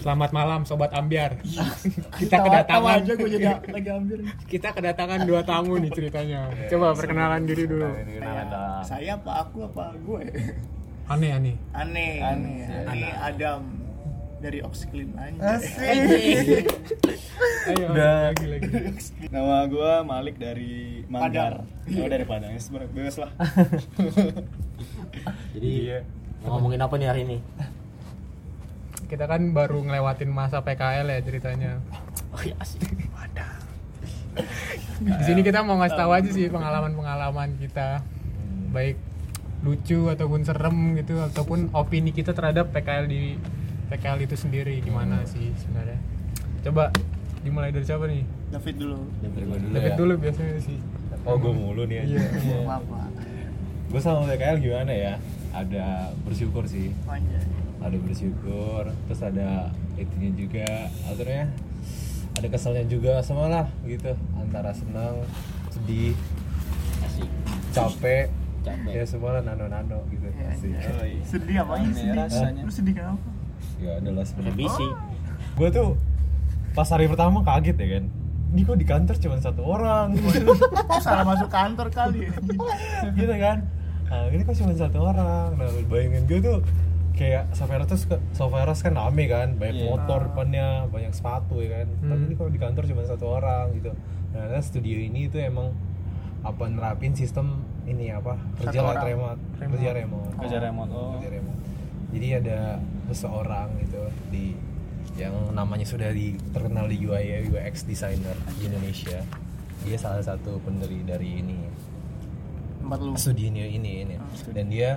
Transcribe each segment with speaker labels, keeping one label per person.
Speaker 1: Selamat malam sobat Ambiar. Kita
Speaker 2: Tawa- tawa
Speaker 1: kedatangan
Speaker 2: aja gue jadi lagi ambil
Speaker 1: kita kedatangan dua tamu nih ceritanya. Coba perkenalan diri dulu.
Speaker 3: Nah,
Speaker 2: saya apa aku apa gue
Speaker 1: Aneh aneh.
Speaker 2: aneh aneh aneh Adam dari Oxyclean aja
Speaker 4: Asik.
Speaker 1: Ayo
Speaker 4: Udah.
Speaker 1: lagi lagi.
Speaker 4: Nama gue Malik dari Manggar. Oh dari Padang. Ya, sebenarnya Bebas lah.
Speaker 5: Jadi mau ngomongin apa nih hari ini?
Speaker 1: Kita kan baru ngelewatin masa PKL ya ceritanya.
Speaker 5: Oh iya asik.
Speaker 1: Di sini kita mau ngasih tahu aja sih pengalaman-pengalaman kita. Baik lucu ataupun serem gitu ataupun opini kita terhadap PKL di PKL itu sendiri gimana
Speaker 5: Hmm.
Speaker 1: sih sebenarnya. Coba dimulai dari siapa nih?
Speaker 2: David dulu
Speaker 3: Iya.
Speaker 1: David dulu biasanya sih.
Speaker 3: ya. Oh gue mulu nih
Speaker 1: Iya.
Speaker 2: maaf lah
Speaker 3: Gue sama PKL gimana ya Ada bersyukur sih
Speaker 2: Anjay. Iya,
Speaker 3: Ada bersyukur Terus ada itunya juga Aturnya Ada keselnya juga sama lah gitu Antara senang Sedih
Speaker 5: Asik.
Speaker 3: Capek
Speaker 5: Capek.
Speaker 3: Ya semua lah nano-nano gitu
Speaker 2: Iya,
Speaker 3: pasti
Speaker 2: iya.
Speaker 4: Yoi.
Speaker 2: sedih apa
Speaker 4: Aneh
Speaker 2: sedih
Speaker 4: rasanya.
Speaker 2: lu sedih kenapa
Speaker 3: Ya ada lah sebenarnya.
Speaker 5: Revisi.
Speaker 2: Oh.
Speaker 3: Gue tuh Pas hari pertama kaget ya kan Ini kok di kantor cuma satu orang
Speaker 2: salah masuk kantor kali anjing.
Speaker 3: gitu kan nah, ini kok cuma satu orang nah bayangin gue tuh kayak Saveras tuh suka- Saveras kan rame kan banyak
Speaker 4: Iya.
Speaker 3: motor depannya banyak sepatu ya kan tapi
Speaker 1: Hmm.
Speaker 3: ini kalau di kantor cuma satu orang gitu nah ternyata studio ini tuh emang apa nerapin sistem ini apa
Speaker 2: Satu
Speaker 3: kerja lah,
Speaker 2: orang.
Speaker 3: remote, kerja remote
Speaker 4: Kerja remote. Oh.
Speaker 3: kerja remote jadi ada seseorang gitu di yang namanya sudah di, terkenal di UI UX designer di Indonesia dia salah satu pendiri dari ini
Speaker 2: tempat lu
Speaker 3: studinya ini ini
Speaker 2: studi.
Speaker 3: dan dia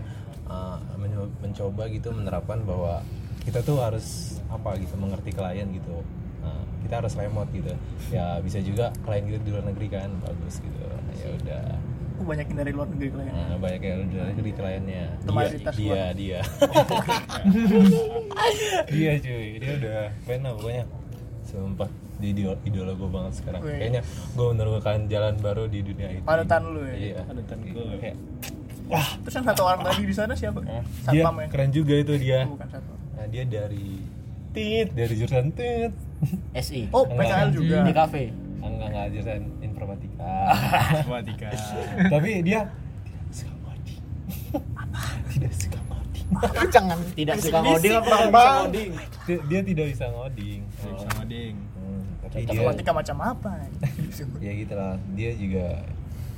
Speaker 3: uh, men- mencoba gitu menerapkan bahwa kita tuh harus apa gitu mengerti klien gitu Uh, kita harus remote gitu ya bisa juga klien kita di luar negeri kan bagus gitu ya udah
Speaker 2: aku banyakin dari luar negeri ya. kalian
Speaker 3: Nah, banyak yang di luar negeri kliennya dia
Speaker 2: Temanitas
Speaker 3: dia dia dia cuy dia udah keren lah pokoknya sumpah dia idol idola gue banget sekarang
Speaker 2: Wih.
Speaker 3: kayaknya gue menemukan jalan baru di dunia itu
Speaker 2: Panutan lu ya?
Speaker 3: iya
Speaker 4: Panutan gue.
Speaker 3: Kayak,
Speaker 2: terus yang satu orang tadi di sana siapa
Speaker 3: dia
Speaker 2: satpam ya
Speaker 3: Iya, keren juga itu dia.
Speaker 2: bukan satpam
Speaker 3: Nah, dia dari tit dari jurusan tit.
Speaker 5: SI.
Speaker 2: oh PKL juga
Speaker 5: Di kafe.
Speaker 3: Ah, Enggak enggak jurusan informatika.
Speaker 4: Informatika.
Speaker 3: Tapi dia tidak suka ngoding. Apa? Tidak suka ngoding.
Speaker 2: jangan
Speaker 5: Tidak suka ngoding apa nggak bisa
Speaker 3: Bang.
Speaker 5: ngoding?
Speaker 3: Dia, dia tidak bisa ngoding.
Speaker 4: Sama Ding.
Speaker 3: Oh. Hmm, tapi dia
Speaker 2: informatika macam apa
Speaker 3: ya gitu lah. Dia juga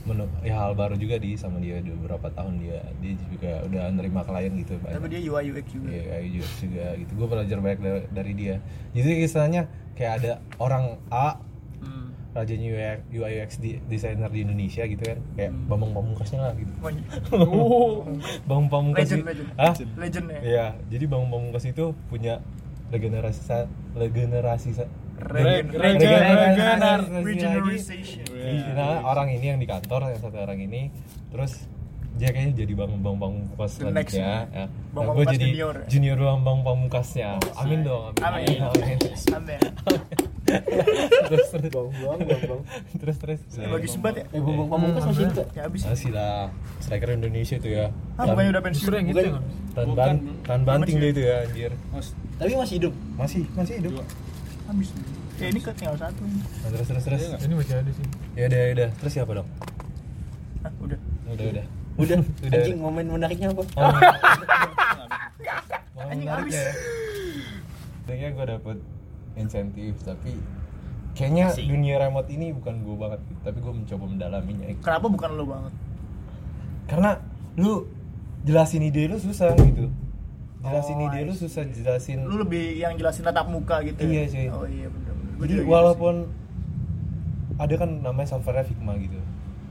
Speaker 3: menu- ya hal baru juga di sama dia udah beberapa tahun dia dia juga udah nerima klien gitu banyak.
Speaker 2: tapi dia UI UX juga
Speaker 3: Iya, kayak juga, juga gitu. Gue belajar banyak dari, dari dia. Jadi istilahnya kayak ada orang A
Speaker 2: Hmm.
Speaker 3: rajin UX, UI UX di, designer di Indonesia gitu kan. Kayak
Speaker 2: Hmm.
Speaker 3: Bambang Pamungkasnya lah gitu.
Speaker 2: Wah,
Speaker 3: Bambang
Speaker 2: Oh.
Speaker 3: Pamungkas.
Speaker 2: Legend,
Speaker 3: i-
Speaker 2: legend.
Speaker 3: Hah?
Speaker 2: Legend ya?
Speaker 3: Iya, jadi Bambang Pamungkas itu punya regenerasi sa- regenerasi sa-
Speaker 2: Regen-
Speaker 3: regen-
Speaker 4: regen-
Speaker 3: regenerasi lagi.
Speaker 2: Regeneration.
Speaker 3: Iya, nah, orang ini yang di kantor yang satu orang ini terus dia kayaknya jadi bang bang pamungkas
Speaker 2: The next
Speaker 3: selanjutnya ya.
Speaker 2: Bang
Speaker 3: nah, gue
Speaker 2: Pamungkas
Speaker 3: jadi
Speaker 2: junior.
Speaker 3: junior, bang bang pamungkasnya amin dong amin
Speaker 2: Amin.
Speaker 3: amin,
Speaker 2: Amin.
Speaker 3: terus terus terus terus
Speaker 2: Ya, baju sebat ya?
Speaker 5: Eh, Bambang Pamungkas masih hidup.
Speaker 2: Ya habis.
Speaker 3: masih lah striker Indonesia itu ya
Speaker 2: Ah, bukannya udah pensiun.
Speaker 1: Justru yang ya, itu nggak bisa.
Speaker 3: tan ban tan banting dia itu ya anjir
Speaker 5: Tapi masih hidup.
Speaker 3: masih masih hidup
Speaker 2: Habis. Ya ini ketinggal satu.
Speaker 3: Nah, terus terus terus
Speaker 1: Ini masih ada sih.
Speaker 3: ya udah ya udah terus siapa dong
Speaker 2: Ah, udah.
Speaker 3: udah udah
Speaker 5: Udah.
Speaker 3: Udah.
Speaker 5: Anjing momen menariknya apa?
Speaker 3: Oh.
Speaker 2: Anjing,
Speaker 3: menarik
Speaker 2: habis.
Speaker 3: ya. Kayaknya gue dapet insentif tapi kayaknya dunia remote ini bukan gue banget tapi gue mencoba mendalaminya
Speaker 2: Kenapa bukan lo banget?
Speaker 3: karena lu jelasin ide lu susah gitu jelasin ide lu susah jelasin
Speaker 2: Oh, Lu lebih yang jelasin tatap muka gitu.
Speaker 3: Iya,
Speaker 2: ya?
Speaker 3: cuy.
Speaker 2: Oh iya benar.
Speaker 3: jadi walaupun ada kan namanya software Figma gitu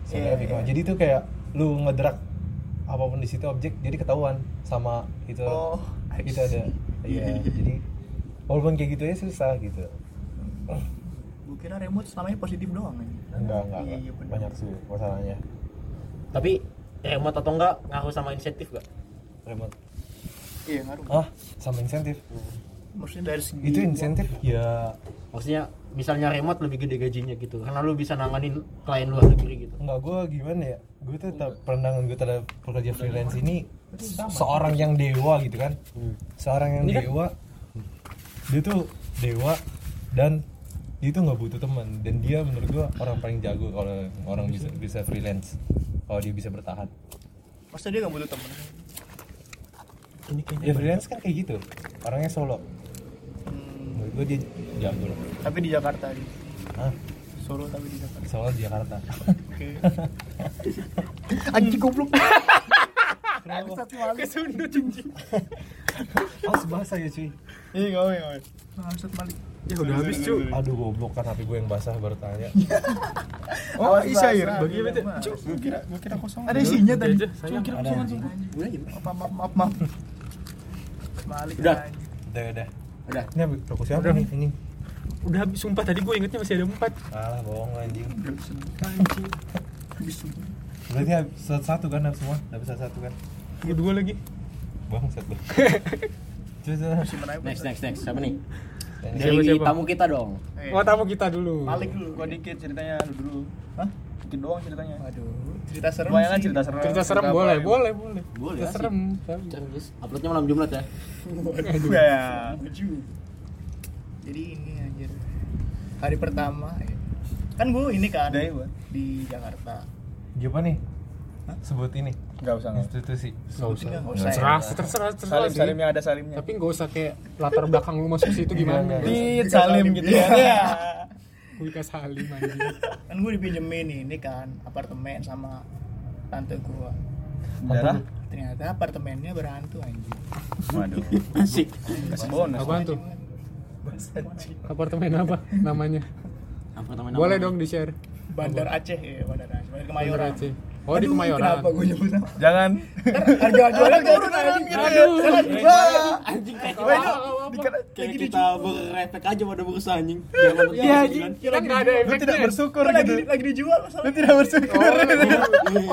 Speaker 3: software
Speaker 2: Iya,
Speaker 3: Figma
Speaker 2: iya.
Speaker 3: jadi tuh kayak lu ngedrag apapun di situ objek jadi ketahuan sama itu
Speaker 2: Oh, I
Speaker 3: itu ada
Speaker 2: see.
Speaker 3: iya jadi walaupun kayak gitu ya susah gitu
Speaker 2: Gue kira remote selama ini positif doang ya.
Speaker 3: enggak
Speaker 2: Iya,
Speaker 3: enggak, enggak.
Speaker 2: iya, bener.
Speaker 3: banyak sih masalahnya
Speaker 5: Tapi ya, remote atau enggak ngaruh sama insentif enggak?
Speaker 3: remote
Speaker 2: Iya, ngaruh.
Speaker 3: ah sama insentif
Speaker 2: Maksudnya dari segi
Speaker 3: itu insentif
Speaker 2: Iya.
Speaker 3: ya
Speaker 5: Maksudnya misalnya remote lebih gede gajinya gitu karena lu bisa nanganin klien luar negeri gitu.
Speaker 3: Enggak, gue gimana ya? Gue tetap pandangan gue terhadap pekerja kan freelance ini seorang yang dewa gitu kan. Seorang yang dewa dia tuh dewa dan dia tuh nggak butuh teman dan dia menurut gua orang paling jago kalau orang bisa bisa freelance kalau dia bisa bertahan
Speaker 2: Maksudnya dia nggak butuh temen.
Speaker 5: ini kayaknya
Speaker 3: ya freelance kan kayak gitu orangnya solo
Speaker 2: Hmm,
Speaker 3: menurut gua dia jago loh
Speaker 2: tapi di Jakarta dia.
Speaker 3: Hah?
Speaker 2: Solo tapi di Jakarta.
Speaker 3: solo di Jakarta
Speaker 2: Oke.
Speaker 5: anjing goblok
Speaker 3: harus bahasa ya cuy
Speaker 2: Ini nggak apa-apa. nggak apa-apa. Langsung balik.
Speaker 1: Ya udah habis cu.
Speaker 3: aduh goblok kan HP gue yang basah baru tanya
Speaker 1: Oh,
Speaker 2: Awas,
Speaker 1: ini air.
Speaker 2: awas,
Speaker 1: Bagi
Speaker 2: awas,
Speaker 1: bete.
Speaker 2: awas.
Speaker 1: Cu.
Speaker 2: Gua kira gua kira kosong. Ada isinya tadi.
Speaker 1: Aja, sayang.
Speaker 2: Gua kira kosongan semua. Maaf maaf maaf maaf. Balik.
Speaker 5: Udah.
Speaker 2: anjing.
Speaker 3: udah udah
Speaker 5: Udah.
Speaker 3: ini apa- rokok siapa nih ini
Speaker 1: Udah habis sumpah tadi gue ingetnya masih ada empat.
Speaker 3: alah bohong lu, anjing
Speaker 2: Udah semua, anjing. Habis semua.
Speaker 3: berarti habis satu satu kan habis semua habis satu satu kan
Speaker 1: Gue dua lagi.
Speaker 3: bohong satu Cuy, cuy.
Speaker 2: Si menaik
Speaker 5: next next next siapa nih
Speaker 3: Tanya.
Speaker 5: dari
Speaker 1: Siapa, siapa?
Speaker 5: tamu kita dong
Speaker 2: Eh,
Speaker 4: Iya.
Speaker 1: Oh, tamu kita dulu.
Speaker 2: Balik dulu.
Speaker 4: Gua dikit ceritanya lu dulu. Hah? Dikit doang ceritanya.
Speaker 2: Aduh, cerita serem.
Speaker 4: Banyak kan
Speaker 2: sih.
Speaker 4: cerita serem.
Speaker 1: Cerita serem
Speaker 4: apa
Speaker 1: boleh,
Speaker 4: ya?
Speaker 1: boleh, boleh.
Speaker 5: Boleh,
Speaker 1: Cerita
Speaker 5: asik.
Speaker 1: serem.
Speaker 5: Terus uploadnya malam jumlah ya
Speaker 2: Waduh.
Speaker 4: Ya.
Speaker 2: Lucu. Jadi ini anjir. Hari pertama ya. kan gue ini kan
Speaker 4: Ada ya, gua.
Speaker 2: di Jakarta.
Speaker 3: Dia apa nih sebut ini
Speaker 4: Enggak usah enggak.
Speaker 3: institusi
Speaker 1: Enggak usah.
Speaker 2: Enggak
Speaker 3: usah ya.
Speaker 1: Serah, terserah, terserah.
Speaker 4: Salim salim ya.
Speaker 1: sih.
Speaker 4: yang ada salimnya.
Speaker 1: Tapi enggak usah kayak latar belakang lu masuk situ gimana.
Speaker 3: Iya,
Speaker 1: Di
Speaker 4: Dit salim gitu ya. Ya.
Speaker 1: gue kasih halim anjing.
Speaker 2: Iya. Kan gue dipinjemin ini kan apartemen sama tante gue.
Speaker 4: Darah.
Speaker 2: Ternyata apartemennya berhantu anjir.
Speaker 4: Waduh.
Speaker 5: asik
Speaker 4: Kasih bonus.
Speaker 1: Apaan tuh? Apartemen apa namanya?
Speaker 5: apa namanya
Speaker 1: Boleh dong di-share.
Speaker 2: Bandar Aceh ya, Bandar Aceh. Bandar Kemayoran.
Speaker 1: Aceh. Oh, di
Speaker 2: Aduh,
Speaker 1: Kemayoran.
Speaker 2: Kenapa gue nyebut nama?
Speaker 4: Jangan.
Speaker 2: Ntar Harga jualnya turun anjing.
Speaker 1: Aduh.
Speaker 2: Jangan, wah.
Speaker 5: anjing kayak
Speaker 1: Wah,
Speaker 5: kita kayak kita berefek aja pada bursa anjing Jangan- jangan.
Speaker 1: Kita nggak ada
Speaker 4: Lu tidak
Speaker 1: efeknya.
Speaker 4: bersyukur
Speaker 2: Gue lagi
Speaker 4: gitu.
Speaker 2: lagi dijual masalah.
Speaker 4: Lu tidak bersyukur.
Speaker 1: Oh, lagi-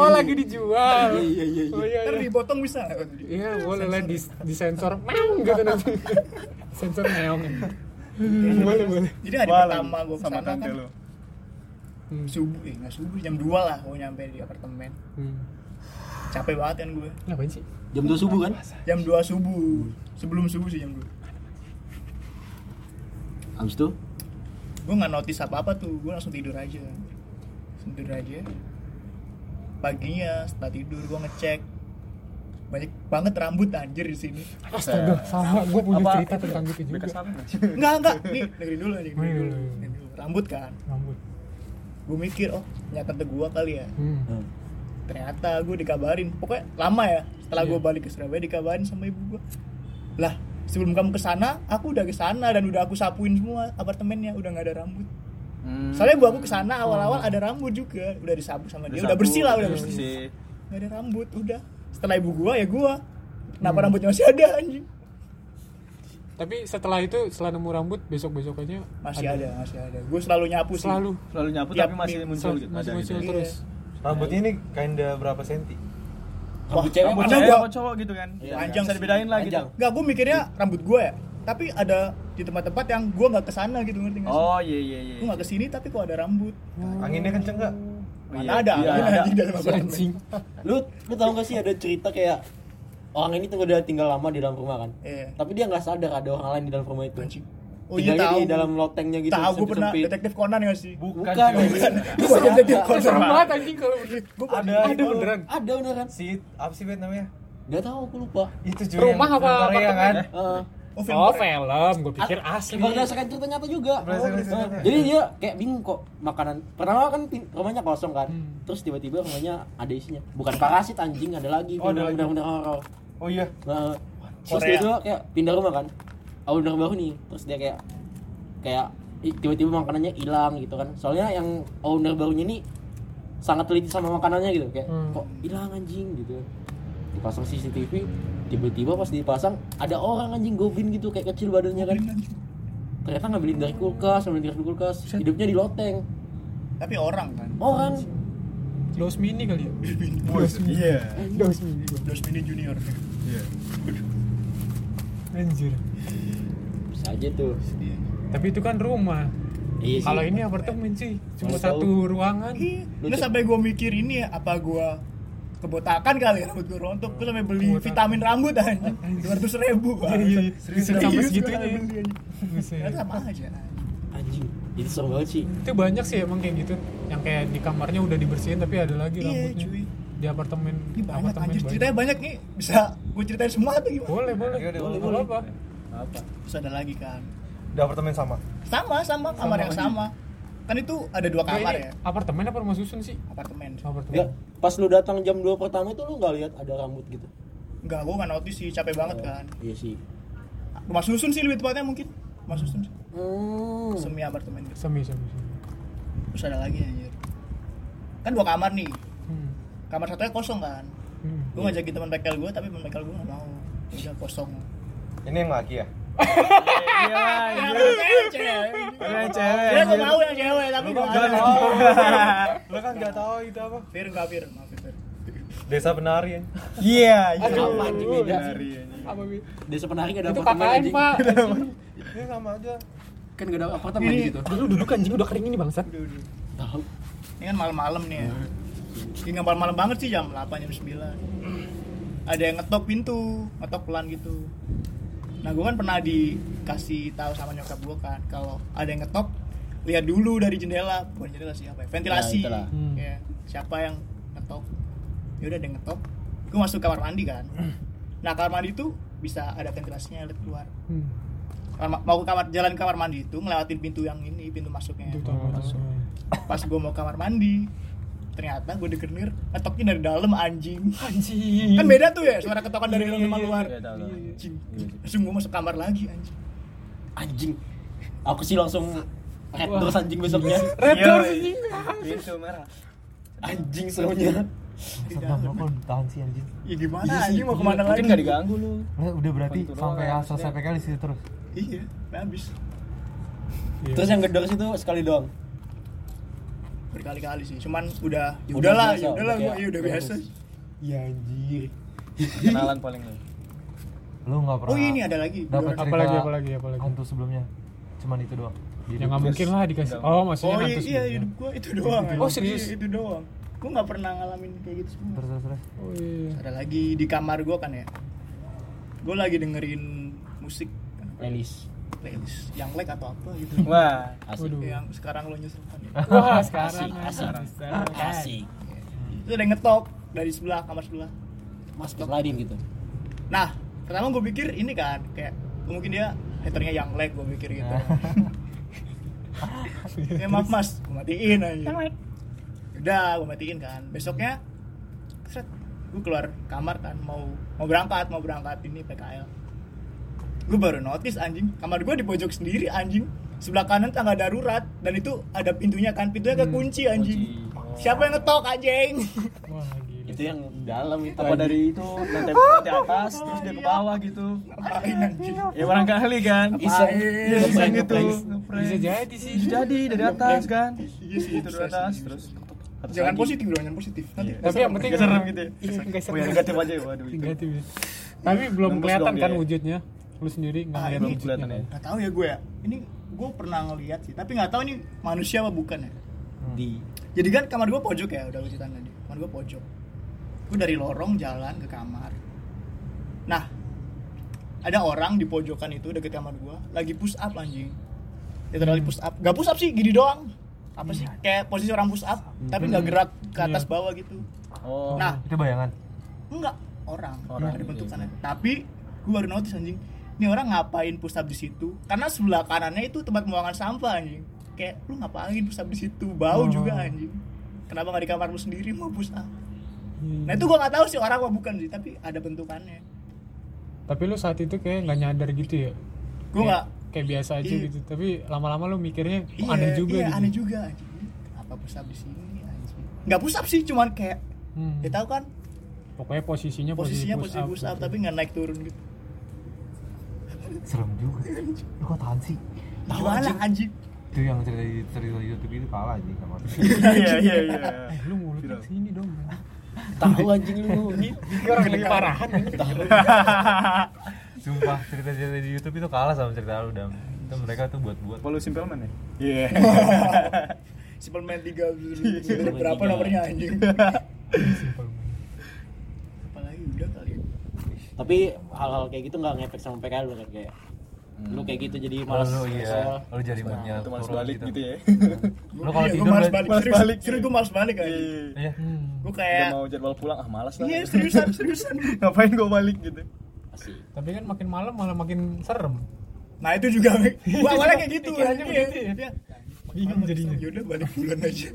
Speaker 1: Oh, lagi dijual.
Speaker 5: iya iya
Speaker 1: Oh
Speaker 5: iya
Speaker 1: iya
Speaker 2: Ntar
Speaker 1: iya.
Speaker 2: dipotong bisa.
Speaker 1: Iya, boleh lah di, di sensor. Meong gitu nanti. sensor meong. boleh, boleh.
Speaker 2: Iya, Jadi hari
Speaker 4: Wah,
Speaker 2: pertama gue
Speaker 4: sama
Speaker 2: kesana
Speaker 4: tante
Speaker 2: kan
Speaker 4: lu.
Speaker 1: Hmm.
Speaker 2: subuh eh nggak subuh jam 2 lah gue nyampe di apartemen
Speaker 1: Hmm.
Speaker 2: capek banget kan gue
Speaker 1: Ngapain sih?
Speaker 5: jam 2 subuh kan
Speaker 2: jam 2 subuh sebelum subuh sih jam 2
Speaker 5: abis itu
Speaker 2: gue nggak notice apa apa tuh gue langsung tidur aja Langsung tidur aja paginya setelah tidur gue ngecek banyak banget rambut anjir di sini
Speaker 1: Astaga, sama gue punya
Speaker 4: Apa-
Speaker 1: cerita tentang gitu
Speaker 4: Mereka
Speaker 1: juga.
Speaker 4: salim.
Speaker 2: enggak enggak nih dengerin dulu dengerin
Speaker 1: Dengerin dulu.
Speaker 2: dulu, dengerin dulu. rambut kan
Speaker 1: Rambut.
Speaker 2: gue mikir oh nyata tante gue kali ya
Speaker 1: Hmm.
Speaker 2: ternyata gue dikabarin pokoknya lama ya setelah gue balik ke Surabaya dikabarin sama ibu gue lah sebelum kamu kesana aku udah kesana dan udah aku sapuin semua apartemennya udah nggak ada rambut soalnya bu aku kesana awal-awal ada rambut juga udah disapu sama dia Iya, udah bersih lah Hmm. udah bersih nggak ada rambut udah setelah ibu gua ya gua kenapa rambutnya masih ada anjing
Speaker 1: Tapi setelah itu, setelah nemu rambut, besok-besokannya
Speaker 2: masih ada, masih ada gue selalu nyapu sih
Speaker 1: Selalu.
Speaker 4: Selalu nyapu
Speaker 2: Tiap
Speaker 4: tapi masih
Speaker 2: minggu-
Speaker 4: muncul gitu. Ada
Speaker 1: muncul
Speaker 4: gitu.
Speaker 2: Iya.
Speaker 1: terus.
Speaker 3: rambutnya ini kinda berapa senti
Speaker 2: wah
Speaker 5: Rambut cewek
Speaker 2: rambut
Speaker 4: Ada
Speaker 2: cewek
Speaker 4: gua
Speaker 2: gua
Speaker 4: cowok gitu kan.
Speaker 5: Iya.
Speaker 2: Panjang
Speaker 4: Bisa
Speaker 2: sih.
Speaker 4: dibedain lah gitu.
Speaker 5: Panjang.
Speaker 2: nggak gue mikirnya rambut gua ya tapi ada di tempat-tempat yang gua nggak kesana gitu ngerti nggak sih
Speaker 4: Oh iya iya iya.
Speaker 2: gue nggak kesini tapi kok ada rambut
Speaker 3: anginnya kenceng nggak
Speaker 4: Oh,
Speaker 2: mana
Speaker 4: iya.
Speaker 2: ada
Speaker 4: Iya,
Speaker 2: angin
Speaker 4: ada.
Speaker 2: anjing dalam apartemen
Speaker 1: Anjing.
Speaker 5: lu lu tau gak sih ada cerita kayak orang ini tuh udah tinggal lama di dalam rumah kan
Speaker 2: Iya.
Speaker 5: tapi dia nggak sadar ada orang lain di dalam rumah itu
Speaker 2: Anjing.
Speaker 5: oh iya tahu di dalam lotengnya gitu
Speaker 2: tahu gue pernah
Speaker 5: sempit-sempit.
Speaker 2: detektif Conan nggak sih
Speaker 5: bukan
Speaker 3: Bukan,
Speaker 5: bukan.
Speaker 2: gue detektif Conan
Speaker 1: Serem banget anjing kalau begitu.
Speaker 2: gue
Speaker 3: ada
Speaker 1: Ada beneran.
Speaker 5: ada beneran
Speaker 3: si apa sih Bet, namanya
Speaker 5: nggak tahu aku lupa
Speaker 3: itu cuy
Speaker 1: Rumah
Speaker 3: yang
Speaker 1: apa
Speaker 3: film Korea
Speaker 1: apartemen?
Speaker 3: kan
Speaker 4: Eh.
Speaker 5: Heeh.
Speaker 2: oh film
Speaker 1: Oh,
Speaker 2: Korea.
Speaker 1: film. Gue pikir
Speaker 5: Ah,
Speaker 1: asli.
Speaker 5: berdasarkan cerita nyata juga
Speaker 3: Berdasarkan cerita
Speaker 5: Heeh.
Speaker 3: nyata.
Speaker 5: jadi dia kayak bingung kok makanan pertama kan pin- rumahnya kosong kan
Speaker 1: Hmm.
Speaker 5: terus tiba-tiba rumahnya ada isinya bukan parasit anjing ada lagi
Speaker 3: Oh, ada lagi.
Speaker 5: undang-undang horor
Speaker 3: oh iya
Speaker 5: Nah, terus
Speaker 2: Korea.
Speaker 5: dia tuh kayak pindah rumah kan aku pindah baru nih terus dia kayak kayak i- tiba-tiba makanannya hilang gitu kan soalnya yang owner barunya ini sangat teliti sama makanannya gitu kayak
Speaker 1: Hmm.
Speaker 5: kok hilang anjing gitu dipasang CCTV tiba-tiba pas dipasang ada orang anjing goblin gitu kayak kecil badannya kan ternyata ngambilin dari kulkas ngambilin dari kulkas hidupnya di loteng
Speaker 2: tapi orang kan
Speaker 5: orang
Speaker 1: Los mini kali ya.
Speaker 4: Iya.
Speaker 1: Los mini.
Speaker 2: Dos Mini Junior
Speaker 4: Iya.
Speaker 1: Anjir.
Speaker 5: bisa aja tuh
Speaker 1: Tapi itu kan rumah.
Speaker 5: iya sih
Speaker 1: Kalau ini apartemen sih, cuma
Speaker 5: Nggak tahu.
Speaker 2: Iya.
Speaker 1: satu ruangan.
Speaker 2: Ih, Lu sampai gue mikir ini ya apa gue kebotakan kali rambut gue rontok gue sampai beli vitamin rambut aja dua ratus ribu
Speaker 1: Iya, serius sampai segitunya ya. Buset.
Speaker 2: ternyata sama aja
Speaker 5: anjing itu serem banget sih
Speaker 1: itu banyak sih emang kayak gitu yang kayak di kamarnya udah dibersihin tapi ada lagi
Speaker 2: iya
Speaker 1: rambutnya
Speaker 2: cuy
Speaker 1: di apartemen
Speaker 2: ini banyak
Speaker 1: apartemen
Speaker 2: anjir
Speaker 1: banyak.
Speaker 2: ceritanya banyak nih bisa gue ceritain semua atau gimana
Speaker 1: boleh boleh
Speaker 4: Ayo, deh,
Speaker 1: boleh
Speaker 4: boleh.
Speaker 1: apa
Speaker 4: apa
Speaker 2: terus ada lagi kan
Speaker 6: Di apartemen sama.
Speaker 2: sama sama kamar yang sama kan itu ada
Speaker 1: Iya,
Speaker 2: dua kamar ya
Speaker 1: apartemen apa rumah susun sih
Speaker 2: apartemen
Speaker 5: Enggak,
Speaker 1: apartemen
Speaker 5: pas lu datang jam 2 pertama itu lu nggak lihat ada rambut gitu
Speaker 2: enggak gue nggak notice sih capek banget kan
Speaker 5: iya sih
Speaker 2: rumah susun sih lebih tepatnya mungkin rumah susun sih.
Speaker 5: hmm.
Speaker 2: semi apartemen gitu
Speaker 1: semi semi semi
Speaker 2: terus ada lagi anjir kan dua kamar nih
Speaker 1: Hmm.
Speaker 2: kamar satunya kosong kan
Speaker 1: Hmm.
Speaker 2: gue ngajakin teman bekel gue tapi teman bekel gue nggak mau Ya udah kosong
Speaker 6: Ini yang laki ya?
Speaker 4: Iya,
Speaker 2: Ya, cewek, cewek. Iya, Kira
Speaker 4: Eh,
Speaker 2: gue mau yang cewek tapi gue ada
Speaker 6: Lo kan gak tahu itu apa?
Speaker 2: Fir nggak Fir maaf Fir
Speaker 6: Desa penari.
Speaker 4: iya
Speaker 5: Apa anjing beda?
Speaker 1: apa Bi?
Speaker 5: Desa penari nggak ada
Speaker 1: itu
Speaker 5: apartemen
Speaker 1: KKN
Speaker 5: anjing.
Speaker 1: pak
Speaker 6: Ini sama aja.
Speaker 5: Kan nggak ada apartemen di situ.
Speaker 1: dulu duduk anjing udah kering ini bangsat
Speaker 5: Tahu.
Speaker 2: ini kan malam-malam nih ya
Speaker 5: Hmm.
Speaker 2: ini nggak malam-malam banget sih jam 8 jam 9 ada yang ngetok pintu ngetok pelan gitu nah gue kan pernah dikasih tahu sama nyokap gue kan kalau ada yang ngetok lihat dulu dari jendela bukan jendela sih apa ya ventilasi
Speaker 5: Ya, itulah.
Speaker 1: Hmm.
Speaker 2: Ya, siapa yang ngetok ya udah ada yang ngetok gue masuk kamar mandi kan nah kamar mandi itu bisa ada ventilasinya lihat keluar
Speaker 1: Hmm.
Speaker 2: Kamar- mau ke kamar jalan ke kamar mandi itu ngelewatin pintu yang ini pintu masuknya
Speaker 1: itu tuh apa tuh?
Speaker 2: pas gue mau kamar mandi ternyata gue denger ketoknya dari dalam anjing
Speaker 1: anjing
Speaker 2: kan beda tuh ya suara ketokan dari dalam sama luar
Speaker 4: Iya, tahu, Iya. tahu.
Speaker 2: anjing langsung gue masuk kamar lagi anjing
Speaker 5: Anjing. Aku sih langsung red terus anjing besoknya.
Speaker 1: red
Speaker 4: Iya,
Speaker 1: door
Speaker 4: iya.
Speaker 1: anjing
Speaker 4: pintu merah
Speaker 5: Anjing seremnya.
Speaker 2: Di dalam.
Speaker 6: tahan sih anjing.
Speaker 2: ya
Speaker 4: Iya
Speaker 2: gimana anjing mau kemana lagi
Speaker 4: Ah, mungkin nggak diganggu lu
Speaker 6: Udah berarti
Speaker 4: Pintu
Speaker 6: sampai
Speaker 4: doang,
Speaker 6: selesai
Speaker 4: maksudnya.
Speaker 6: PKL di situ terus.
Speaker 2: iya habis
Speaker 1: Iya.
Speaker 5: Terus yang gedor situ sekali doang.
Speaker 2: berkali-kali sih cuman udah ya
Speaker 5: Udah
Speaker 2: udahlah
Speaker 5: biasa,
Speaker 2: ya udahlah
Speaker 5: udah
Speaker 2: gue ya udah
Speaker 5: kayak-
Speaker 2: biasa Iya,
Speaker 5: Ya anjir.
Speaker 4: kenalan paling lu
Speaker 6: Lu gak pernah.
Speaker 2: oh iya ini ada lagi
Speaker 6: Dapat
Speaker 2: Dua-
Speaker 1: Apa lagi, apa lagi, apa lagi?
Speaker 6: Hantu sebelumnya. Cuman itu doang. Di
Speaker 1: ya nggak mungkin lah dikasih oh maksudnya
Speaker 2: oh iya,
Speaker 1: hantu
Speaker 2: iya
Speaker 1: sebelumnya.
Speaker 2: hidup gue itu doang
Speaker 1: Oh,
Speaker 2: anjing.
Speaker 1: serius?
Speaker 2: Iya, itu doang gue nggak pernah ngalamin kayak gitu semua
Speaker 6: Terus terus terus.
Speaker 1: Oh, iya.
Speaker 2: ada lagi di kamar gue kan ya gue lagi dengerin musik
Speaker 5: Relis.
Speaker 2: playlist yang lag atau apa gitu
Speaker 4: wah
Speaker 5: Asik.
Speaker 1: Waduh.
Speaker 2: yang sekarang lo nyusulkan ya
Speaker 1: Wah, sekarang
Speaker 5: Asik, asik. Asik.
Speaker 2: itu ada yang ngetok dari sebelah kamar sebelah
Speaker 5: Mas sliding gitu.
Speaker 2: nah pertama gue pikir ini kan kayak mungkin dia haternya yang lag gue pikir gitu ya maaf mas gue matiin aja udah gue matiin kan besoknya set gue keluar kamar kan mau mau berangkat mau berangkat ini PKL gue baru notice anjing kamar gue di pojok sendiri anjing sebelah kanan tangga darurat dan itu ada pintunya kan pintunya kekunci anjing siapa yang ngetok anjing
Speaker 1: Wah, gila.
Speaker 5: Itu yang dalam itu.
Speaker 4: apa
Speaker 5: anjing.
Speaker 4: dari itu lantai lantai atas terus dia ke bawah gitu
Speaker 2: Ngapain anjing
Speaker 4: ya barangkali kan
Speaker 5: Iseng.
Speaker 4: iya bisa
Speaker 5: Ngeprank,
Speaker 4: gitu
Speaker 5: ngeprank.
Speaker 4: ngeprank.
Speaker 1: bisa jadi sih
Speaker 4: Bisa jadi dari atas kan
Speaker 2: Iya sih,
Speaker 4: itu dari
Speaker 2: bisa
Speaker 4: atas
Speaker 2: sih.
Speaker 4: terus atas
Speaker 2: jangan
Speaker 4: lagi. Iya.
Speaker 2: positif dong jangan positif nanti
Speaker 1: Iya. tapi yang penting
Speaker 4: Nggak serem gitu ya?
Speaker 1: Iya, nggak
Speaker 4: oh
Speaker 1: serem
Speaker 4: ya negatif aja ya waduh itu
Speaker 1: Negatif ya. tapi belum
Speaker 4: Nembus
Speaker 1: kelihatan
Speaker 4: dong
Speaker 1: kan
Speaker 4: dia.
Speaker 1: wujudnya lu sendiri nggak
Speaker 2: Ah,
Speaker 1: ngeliat
Speaker 2: ini
Speaker 4: belum kelihatan
Speaker 1: wujudnya kan?
Speaker 4: ya
Speaker 2: nggak tahu ya gue ya ini gue pernah ngeliat sih tapi nggak tahu ini manusia apa bukan ya
Speaker 5: Di
Speaker 2: jadi kan kamar gue pojok ya udah gue ceritain tadi kamar gue pojok gue dari lorong jalan ke kamar nah ada orang di pojokan itu deket kamar gue lagi push up anjing literally push up gak push up sih gini doang apa sih kayak posisi orang push up tapi nggak gerak ke atas
Speaker 1: Hmm. Iya.
Speaker 2: bawah gitu
Speaker 4: oh
Speaker 2: nah
Speaker 6: Itu bayangan.
Speaker 2: enggak orang
Speaker 4: Orang,
Speaker 2: ada bentuk
Speaker 4: iya.
Speaker 2: sana tapi gue baru notice anjing ini orang ngapain push up di situ karena sebelah kanannya itu tempat pembuangan sampah anjing kayak lu ngapain push up di situ
Speaker 1: Oh.
Speaker 2: bau juga anjing kenapa nggak di kamar lu sendiri mau push up
Speaker 1: Hmm.
Speaker 2: nah itu gue nggak tahu sih orang apa bukan sih tapi ada bentukannya
Speaker 1: tapi lu saat itu kayak nggak nyadar gitu ya
Speaker 2: gue nggak
Speaker 1: kayak biasa aja
Speaker 2: Iya.
Speaker 1: gitu tapi lama-lama lu mikirnya "Kok aneh juga
Speaker 2: iya,
Speaker 1: gitu
Speaker 2: aneh juga anjing apa push up di sini anjing nggak push up sih cuman kayak
Speaker 1: Hmm.
Speaker 2: ya tahu kan
Speaker 1: pokoknya posisinya posisi
Speaker 2: posisinya
Speaker 1: push
Speaker 2: posisi
Speaker 1: up
Speaker 2: push up
Speaker 1: gitu.
Speaker 2: tapi nggak naik turun gitu
Speaker 6: Serem juga. Lu kok tahan sih?
Speaker 2: gimana anjing
Speaker 6: Itu yang cerita di cerita di YouTube itu kalah anjing sama.
Speaker 4: iya iya iya
Speaker 1: eh lu mulut
Speaker 4: Viral.
Speaker 1: sini dong
Speaker 5: tahu anjing lu.
Speaker 1: orang lebih parahan
Speaker 6: Sumpah cerita-cerita di YouTube itu kalah sama cerita lu dam. Itu mereka tuh buat-buat.
Speaker 4: Paul Simpelman ya iya
Speaker 2: Superman 3 berapa nomornya anjing ya.
Speaker 5: tapi hal-hal kayak gitu nggak ngefek sama PKL lu kan kayak lu kayak gitu jadi malas
Speaker 3: lu iya
Speaker 5: soal-
Speaker 3: lu jadi moodnya
Speaker 4: itu malas
Speaker 3: turun
Speaker 4: balik gitu ya
Speaker 2: Iya,
Speaker 3: lu kalau
Speaker 2: gua
Speaker 3: tidur
Speaker 2: malas
Speaker 3: berarti-
Speaker 2: balik
Speaker 4: malas
Speaker 2: serius,
Speaker 4: balik.
Speaker 2: serius gue malas
Speaker 4: ya.
Speaker 2: balik aja
Speaker 3: iya
Speaker 1: Hmm.
Speaker 2: gue
Speaker 4: udah
Speaker 2: kayak
Speaker 4: mau jadwal pulang ah malas lah
Speaker 2: iya seriusan seriusan
Speaker 4: ngapain gue balik gitu
Speaker 5: Asik.
Speaker 1: Tapi kan makin malam malah makin serem.
Speaker 2: nah itu juga gue awalnya kayak gitu kan
Speaker 1: Pikirannya
Speaker 2: iya
Speaker 1: begitu ya.
Speaker 2: iya.
Speaker 1: Bingung jadinya.
Speaker 2: yaudah balik duluan aja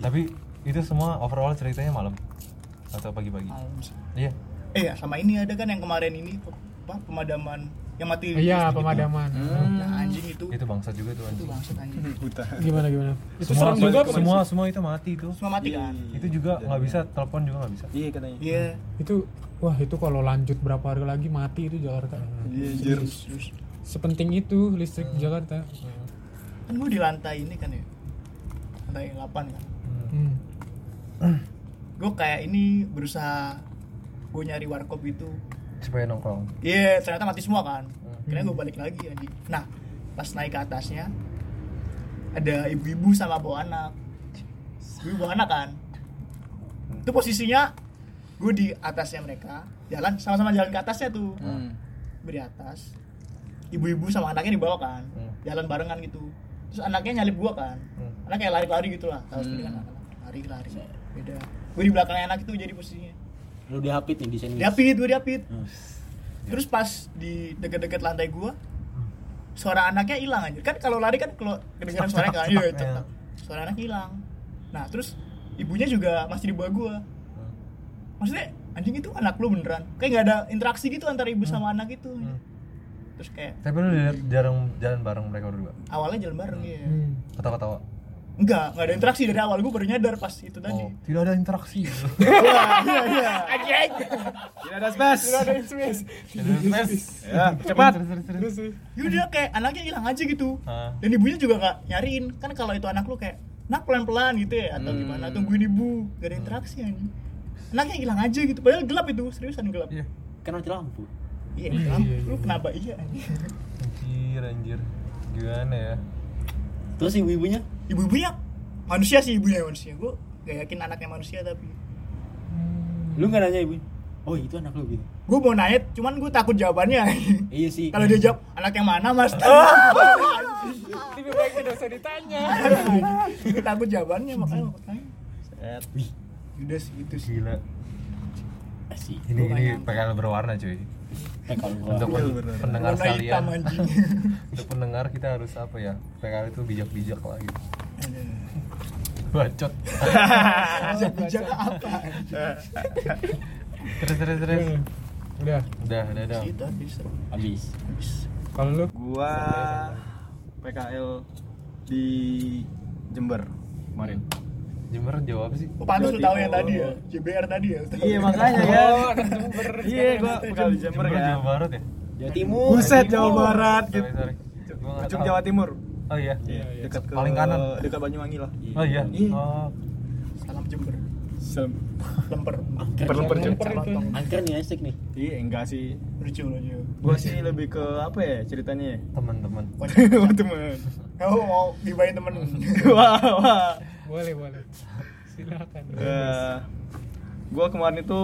Speaker 3: tapi itu semua overall ceritanya malam atau pagi-pagi iya
Speaker 2: eh ya, sama ini ada kan yang kemarin ini apa pemadaman yang mati
Speaker 1: Iya, pemadaman.
Speaker 2: nah anjing itu
Speaker 3: itu bangsa juga tuh
Speaker 2: itu
Speaker 3: anjing
Speaker 2: bangsat anjing
Speaker 4: buta
Speaker 1: Gimana gimana? Itu
Speaker 3: semua,
Speaker 1: serem juga apa?
Speaker 3: semua semua itu mati itu
Speaker 2: semua mati kan
Speaker 3: Iya. itu juga nggak bisa telepon juga nggak bisa
Speaker 4: iya katanya
Speaker 2: iya
Speaker 1: Itu wah itu kalau lanjut berapa hari lagi mati itu Jakarta.
Speaker 4: iya jir
Speaker 2: Terus-
Speaker 1: Sepenting itu listrik di Jakarta.
Speaker 2: kan gue di lantai ini kan ya lantai 8 kan
Speaker 1: Hmm.
Speaker 2: gue kayak ini berusaha gue nyari warkop gitu. itu
Speaker 3: supaya nongkrong
Speaker 2: iya ternyata mati semua kan akhirnya gue balik lagi anjing nah pas naik ke atasnya ada ibu-ibu sama bawa anak gue bawa anak kan itu posisinya gue di atasnya mereka jalan sama-sama jalan ke atasnya tuh
Speaker 4: Hmm.
Speaker 2: Gua di atas ibu-ibu sama anaknya di bawah kan jalan barengan gitu terus anaknya nyalip gua kan anak kayak lari-lari gitu lah tahu sendiri kan anak-anak. lari-lari beda gue di belakangnya anak itu jadi posisinya
Speaker 5: lu dihapit nih di sandwich
Speaker 2: diapit gue diapit terus pas di deket-deket lantai gua suara anaknya hilang aja kan kalau lari kan kalau kedengeran suaranya kan iya
Speaker 3: cetak.
Speaker 2: cetak. suara anak hilang nah terus ibunya juga masih di bawah gua maksudnya anjing itu anak lu beneran kayak nggak ada interaksi gitu antara ibu sama anak itu
Speaker 6: Hmm.
Speaker 3: Hmm.
Speaker 2: terus kayak
Speaker 3: tapi lu jar- jarang jalan bareng mereka berdua
Speaker 2: awalnya jalan bareng ya
Speaker 1: Hmm.
Speaker 3: ketawa-ketawa
Speaker 2: enggak nggak ada interaksi dari awal gua baru nyadar pas itu tadi
Speaker 3: oh tidak ada interaksi
Speaker 2: iya iya
Speaker 4: tidak ada space Iya, ya
Speaker 1: Cepat.
Speaker 2: yaudah kayak anaknya hilang aja gitu
Speaker 3: Ah.
Speaker 2: dan ibunya juga nggak nyariin kan kalau itu anak lu kayak nak pelan pelan gitu ya atau gimana tungguin ibu gak ada interaksi anjing anaknya hilang aja gitu padahal gelap itu seriusan gelap iya
Speaker 3: Iya.
Speaker 5: kan mati lampu
Speaker 2: gelap. lu kenapa iya anjing
Speaker 3: anjir anjir gimana ya
Speaker 5: terus ibu-ibunya
Speaker 2: ibu ibunya ya, manusia sih ibunya manusia gua gak yakin anaknya manusia tapi
Speaker 5: lu nggak nanya ibu oh itu anak lu gitu
Speaker 2: gua mau nanya cuman gua takut jawabannya
Speaker 5: iya sih
Speaker 2: kalau dia jawab anak yang mana mas
Speaker 1: Lebih baik tidak usah ditanya.
Speaker 2: Gua takut jawabannya makanya gua tanya
Speaker 4: set
Speaker 2: udah sih itu sih
Speaker 3: gila
Speaker 5: Iya sih Eh,
Speaker 3: ini
Speaker 2: Gua
Speaker 3: ini
Speaker 2: nggak
Speaker 3: PKL berwarna cuy untuk
Speaker 5: kalau
Speaker 3: pen- pendengar
Speaker 2: warna hitam
Speaker 3: sekalian
Speaker 2: anjing
Speaker 3: untuk pendengar kita harus apa ya PKL itu bijak-bijak lah gitu
Speaker 2: Aduh.
Speaker 3: bacot
Speaker 2: Bisa bijak apa
Speaker 3: terus terus terus
Speaker 1: Iya. Udah,
Speaker 3: udah udah udah
Speaker 2: itu habis
Speaker 5: habis
Speaker 1: kalau lu
Speaker 4: gua PKL di Jember kemarin
Speaker 3: Jember jawab sih
Speaker 2: Oh, pantas lu tahu
Speaker 4: Jawa Timur.
Speaker 2: yang tadi ya, JBR tadi ya. lu tahu.
Speaker 4: iya makanya ya iya gua PKL di Jember
Speaker 3: Jember
Speaker 4: kan
Speaker 3: Jawa Barat ya
Speaker 5: Jawa Timur
Speaker 4: buset Jawa Barat gitu
Speaker 3: sorry sorry Gua nggak
Speaker 4: ujung
Speaker 3: tahu.
Speaker 4: Jawa Timur
Speaker 3: oh iya
Speaker 4: Iya, dekat ke
Speaker 3: Paling kanan.
Speaker 4: dekat Banyuwangi lah
Speaker 3: oh iya oh
Speaker 2: Salam Jember.
Speaker 4: Selem.
Speaker 2: Lemper.
Speaker 4: Lemper-lemper, cuy.
Speaker 2: Calotong.
Speaker 5: angker nih asik nih
Speaker 4: iya enggak sih
Speaker 2: Lucu iya. lucu.
Speaker 4: gua sih lebih ke apa ya ceritanya ya
Speaker 3: teman-teman
Speaker 4: Wah, teman
Speaker 2: Kamu mau gibain temen.
Speaker 4: wah wah
Speaker 1: boleh boleh. Silakan.
Speaker 4: Eh, gua kemarin itu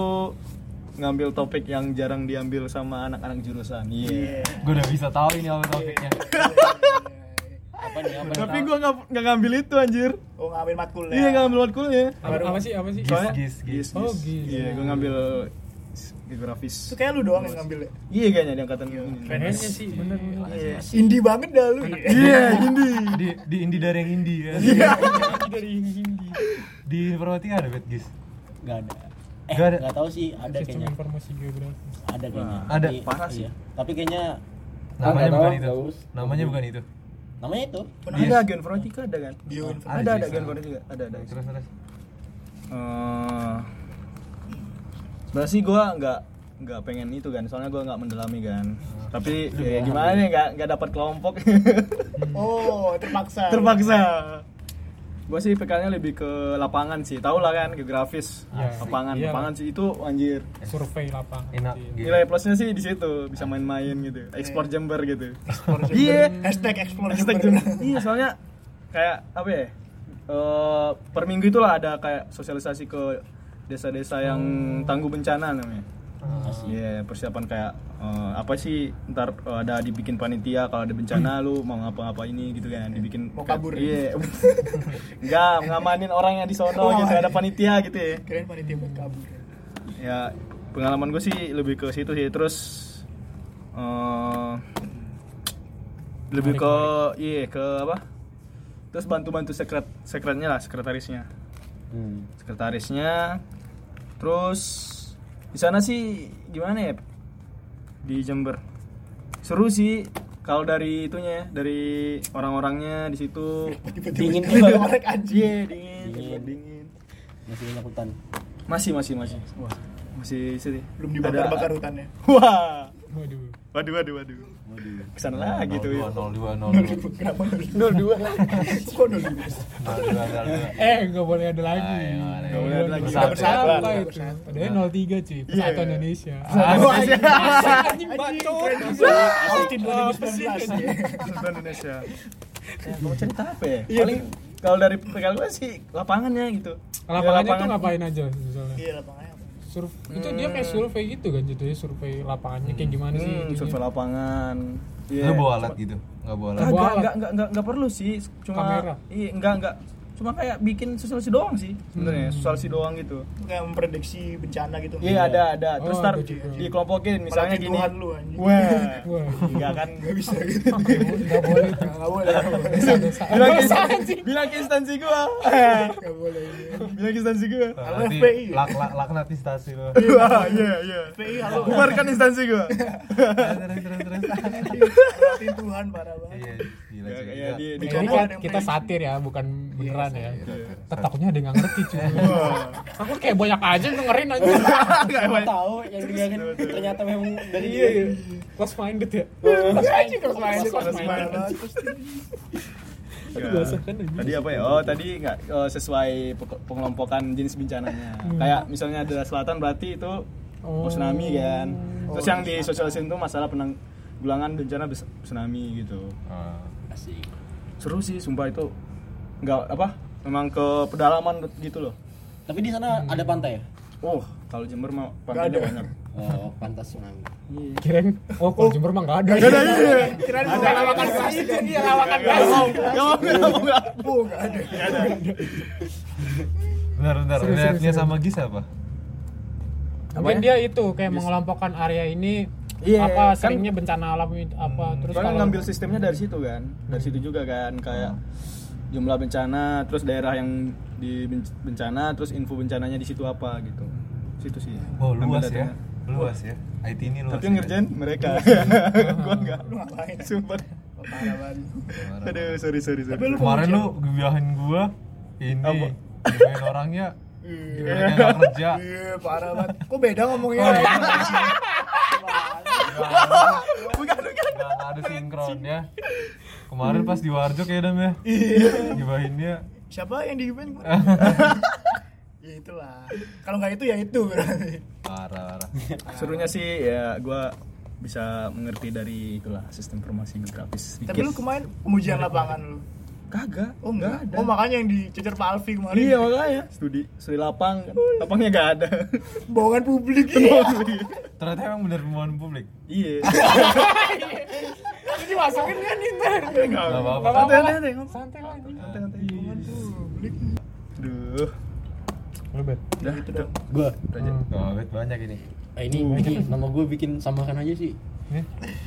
Speaker 4: ngambil topik yang jarang diambil sama anak-anak jurusan iya
Speaker 3: gue udah bisa tahu ini apa
Speaker 2: Iya.
Speaker 3: topiknya
Speaker 5: apa nih apa
Speaker 4: tapi gua nggak nggak ngambil itu anjir
Speaker 2: Oh ngambil matkul
Speaker 4: iya nggak
Speaker 2: ya.
Speaker 4: ngambil matkulnya
Speaker 1: Apa, apa sih apa sih?
Speaker 3: Soalnya- Gis, gis,
Speaker 1: Oh, gis.
Speaker 4: Iya, gue ngambil s- geografis.
Speaker 2: Itu kayak lu doang yang ngambil ya.
Speaker 4: Iya kayaknya di angkatan ini.
Speaker 3: ya.
Speaker 1: Kayaknya sih bener.
Speaker 4: Iya.
Speaker 2: Indie banget dah lu. ya.
Speaker 4: Iya, ini.
Speaker 3: di di Indi dari yang Indi ya
Speaker 4: Iya.
Speaker 1: Dari Hindi.
Speaker 3: di informatika ada bad guys
Speaker 5: nggak ada eh
Speaker 3: Nggak ada.
Speaker 5: nggak tahu sih ada
Speaker 1: Sistem
Speaker 5: kayaknya
Speaker 1: informasi geografis.
Speaker 5: ada kayaknya
Speaker 3: Wah, ada.
Speaker 5: Tapi-
Speaker 4: Parah sih.
Speaker 5: iya. tapi kayaknya
Speaker 4: Ah,
Speaker 3: namanya bukan
Speaker 5: nggak tahu,
Speaker 3: itu
Speaker 5: nggak urus.
Speaker 3: namanya bukan itu
Speaker 5: namanya itu
Speaker 4: Ada gen Veronica ada kan?
Speaker 2: Bioinfo.
Speaker 3: Ada,
Speaker 4: Ada ada
Speaker 3: sih,
Speaker 4: gen
Speaker 3: sama.
Speaker 4: Veronica, ada ada.
Speaker 3: terus terus
Speaker 4: Eh, Sebenarnya sih gue nggak nggak pengen itu kan, soalnya gue nggak mendalami kan. Tapi ya, gimana nih nggak nggak dapat kelompok
Speaker 2: Oh, terpaksa.
Speaker 4: terpaksa.
Speaker 1: Iya.
Speaker 4: Gue sih PK-nya lebih ke lapangan sih, tau lah kan geografis,
Speaker 1: Iya.
Speaker 4: lapangan
Speaker 1: Iya.
Speaker 4: lapangan sih itu anjir.
Speaker 1: Survei lapangan.
Speaker 3: enak gitu
Speaker 4: Nilai plusnya sih di situ, bisa main-main gitu, explore Jember gitu. Iya.
Speaker 2: Hashtag explore
Speaker 4: Hashtag
Speaker 2: Jember.
Speaker 4: Jember. Iya, soalnya kayak apa ya? eh,
Speaker 2: Oh.
Speaker 4: per minggu itulah ada kayak sosialisasi ke desa-desa yang tangguh bencana namanya.
Speaker 1: Ah.
Speaker 5: Asli.
Speaker 4: Iya, persiapan kayak eh, apa sih ntar eh, ada dibikin panitia kalau ada bencana lu mau ngapa-ngapa ini gitu kan dibikin
Speaker 2: Mau kabur.
Speaker 4: Iya. Enggak, ngamanin orang yang di sono gitu ada panitia gitu ya.
Speaker 2: keren panitia buat kabur
Speaker 4: Ya pengalaman gue sih lebih ke situ sih terus eh, lebih ke iya ke apa? Terus bantu-bantu sekret sekretnya lah, sekretarisnya.
Speaker 5: Hmm.
Speaker 4: sekretarisnya terus di sana sih gimana ya di Jember seru sih kalau dari itunya ya, dari orang-orangnya di situ
Speaker 5: Dingin
Speaker 2: Udah
Speaker 5: juga.
Speaker 2: marek aja
Speaker 4: Iya, dingin
Speaker 5: Dingin.
Speaker 4: dingin
Speaker 5: Masih banyak hutan.
Speaker 4: masih masih masih wah masih sedih
Speaker 2: belum
Speaker 4: Ada-
Speaker 2: dibakar-bakar hutannya
Speaker 4: wah
Speaker 1: Waduh.
Speaker 4: waduh waduh waduh
Speaker 5: Waduh.
Speaker 4: kesana lagi tuh ya.
Speaker 3: 02 02
Speaker 2: kenapa 02 kok 02
Speaker 3: 02
Speaker 1: Eh, nggak boleh ada lagi.
Speaker 3: Ayo, ayo.
Speaker 4: Nggak boleh ada lagi.
Speaker 1: Nggak
Speaker 2: Bersatu.
Speaker 1: Apa itu? Padahal 03 cuy, Persatuan
Speaker 4: Iya.
Speaker 1: Indonesia.
Speaker 4: Wah, iya.
Speaker 1: Anjing bacot.
Speaker 4: Ah,
Speaker 2: Austin
Speaker 1: Austin.
Speaker 2: 2019
Speaker 4: Kejutan Indonesia ya, mau cerita apa ya paling kalau dari PKL gue sih lapangannya gitu Ya,
Speaker 1: Lapangannya tuh
Speaker 4: lapangan.
Speaker 1: ngapain aja misalnya?
Speaker 2: iya lapangannya apa?
Speaker 1: Surf- itu dia kayak survei gitu kan jatuhnya survei lapangannya kayak gimana sih?
Speaker 4: Eh. Hmm,
Speaker 1: itunya?
Speaker 4: survei lapangan. Iya.
Speaker 3: lu bawa alat gitu nggak bawa alat
Speaker 1: Bawa
Speaker 4: Kagak,
Speaker 1: alat.
Speaker 4: enggak, enggak, enggak, enggak perlu sih. Cuma
Speaker 1: Kamera.
Speaker 4: Iya, enggak, enggak. Cuma kayak bikin sosialisasi doang sih sebenarnya,
Speaker 1: Hmm.
Speaker 4: sosialisasi doang gitu.
Speaker 2: kayak memprediksi bencana gitu
Speaker 4: Iya, ada, ada. Terus
Speaker 1: Oh,
Speaker 4: ntar
Speaker 1: ada juga.
Speaker 4: dikelompokin misalnya gini.
Speaker 2: Tuhan lu, anjing.
Speaker 4: Wah.
Speaker 1: Wah.
Speaker 4: Enggak kan enggak bisa.
Speaker 1: Nggak boleh tuh.
Speaker 2: nggak boleh nggak boleh
Speaker 4: bilang, ke, bilang ke instansi gua.
Speaker 2: nggak boleh
Speaker 4: bilang ke instansi gua.
Speaker 3: nanti
Speaker 2: FPI.
Speaker 3: lak lak laknat instansi lu
Speaker 4: Wah, iya, iya.
Speaker 2: PI halo
Speaker 4: Bubarkan instansi gua.
Speaker 3: terus terus terus
Speaker 2: berarti Tuhan parah banget
Speaker 3: iya gila sih
Speaker 4: Ya, ya,
Speaker 3: Gila.
Speaker 4: di-
Speaker 1: Ini
Speaker 4: di-
Speaker 2: Iya.
Speaker 1: kan
Speaker 2: ada yang
Speaker 1: kita
Speaker 2: prediksi.
Speaker 1: satir ya, bukan beneran ya. Tetapnya ada yang nggak ngerti cuy. Aku kayak banyak aja dengerin aja.
Speaker 4: Eh,
Speaker 5: Nggak tahu yang dengerin ternyata memang dari
Speaker 1: Iya,
Speaker 5: dia.
Speaker 1: iya. Close minded ya. Close minded, close minded, close
Speaker 2: parah
Speaker 1: minded.
Speaker 2: banget pasti.
Speaker 4: Enggak. Tadi apa ya? Oh, tadi nggak eh, sesuai pe- pengelompokan jenis bencananya. Kayak misalnya daerah selatan berarti itu
Speaker 1: Oh.
Speaker 4: tsunami kan. Terus
Speaker 2: Oh,
Speaker 4: yang di sosialisin itu masalah penanggulangan bencana bes- tsunami gitu.
Speaker 3: Ah.
Speaker 5: Asik.
Speaker 4: Seru sih, sumpah itu nggak apa? Memang ke pedalaman gitu loh.
Speaker 5: Tapi di sana ada pantai ya?
Speaker 4: Oh, kalau Jember mah pantainya
Speaker 2: ada.
Speaker 4: banyak.
Speaker 5: Oh, pantas tsunami.
Speaker 1: Kirain, oh kalau Jember mah nggak ada.
Speaker 4: iya,
Speaker 2: kirain ada lawakan itu dia lawakan
Speaker 4: Nggak mau, nggak mau, nggak mau.
Speaker 2: oh nggak ada
Speaker 3: bentar bentar
Speaker 1: Serius,
Speaker 3: lihatnya
Speaker 1: serius,
Speaker 3: sama Gis apa
Speaker 1: Mungkin dia itu kayak mengelompokkan area ini
Speaker 4: Iya,
Speaker 1: apa
Speaker 4: kan-
Speaker 1: seringnya bencana alam ini, apa terus
Speaker 4: Soalnya
Speaker 1: kalau
Speaker 4: ngambil sistemnya dari situ kan, dari situ juga kan kayak jumlah bencana, terus daerah yang di benc- bencana, terus info bencananya di situ apa gitu. Situ sih.
Speaker 3: oh
Speaker 4: Ambil
Speaker 3: luas ya
Speaker 4: datanya.
Speaker 3: luas ya IT ini luas
Speaker 4: Tapi yang
Speaker 3: ya.
Speaker 4: ngerjain mereka. Gua enggak.
Speaker 2: lu ngapain
Speaker 4: Sumpah.
Speaker 2: parah banget
Speaker 3: Kemarin-
Speaker 4: Aduh, sorry sorry sorry.
Speaker 2: Tapi lu-
Speaker 3: kemarin lu gebiahin gua
Speaker 4: Apa?
Speaker 3: ini gebiahin orangnya
Speaker 2: Iya.
Speaker 3: gebiahinnya nggak kerja
Speaker 2: iya parah banget kok beda ngomongnya
Speaker 3: nggak nggak ada sinkron ya kemarin pas di warjo ya dam ya gebiahinnya
Speaker 2: siapa yang di event ya itulah kalau nggak itu ya itu berarti
Speaker 3: parah parah
Speaker 4: Nah, Serunya sih ya gua bisa mengerti dari itulah sistem informasi geografis
Speaker 2: tapi lu
Speaker 4: sedikit.
Speaker 2: kemarin pengujian lapangan lu
Speaker 4: kagak.
Speaker 2: oh enggak oh makanya yang dicecer Pak Alfi kemarin
Speaker 4: Iya makanya. Studi studi lapang kan. Lapangnya enggak ada.
Speaker 2: bohongan publik
Speaker 3: ternyata emang bener pembuahan publik
Speaker 4: Iya.
Speaker 1: Ini dimasukin kan itu.
Speaker 4: Enggak
Speaker 3: nggak apa-apa
Speaker 4: Santai-santai
Speaker 1: Santai lagi.
Speaker 4: santai.
Speaker 2: Iya, publik
Speaker 4: Duh.
Speaker 1: Lu bet.
Speaker 4: Udah gitu dong.
Speaker 5: Gua.
Speaker 3: Gawat banyak ini
Speaker 5: Eh, ini ini nama gua bikin samaran aja sih.
Speaker 1: Ya.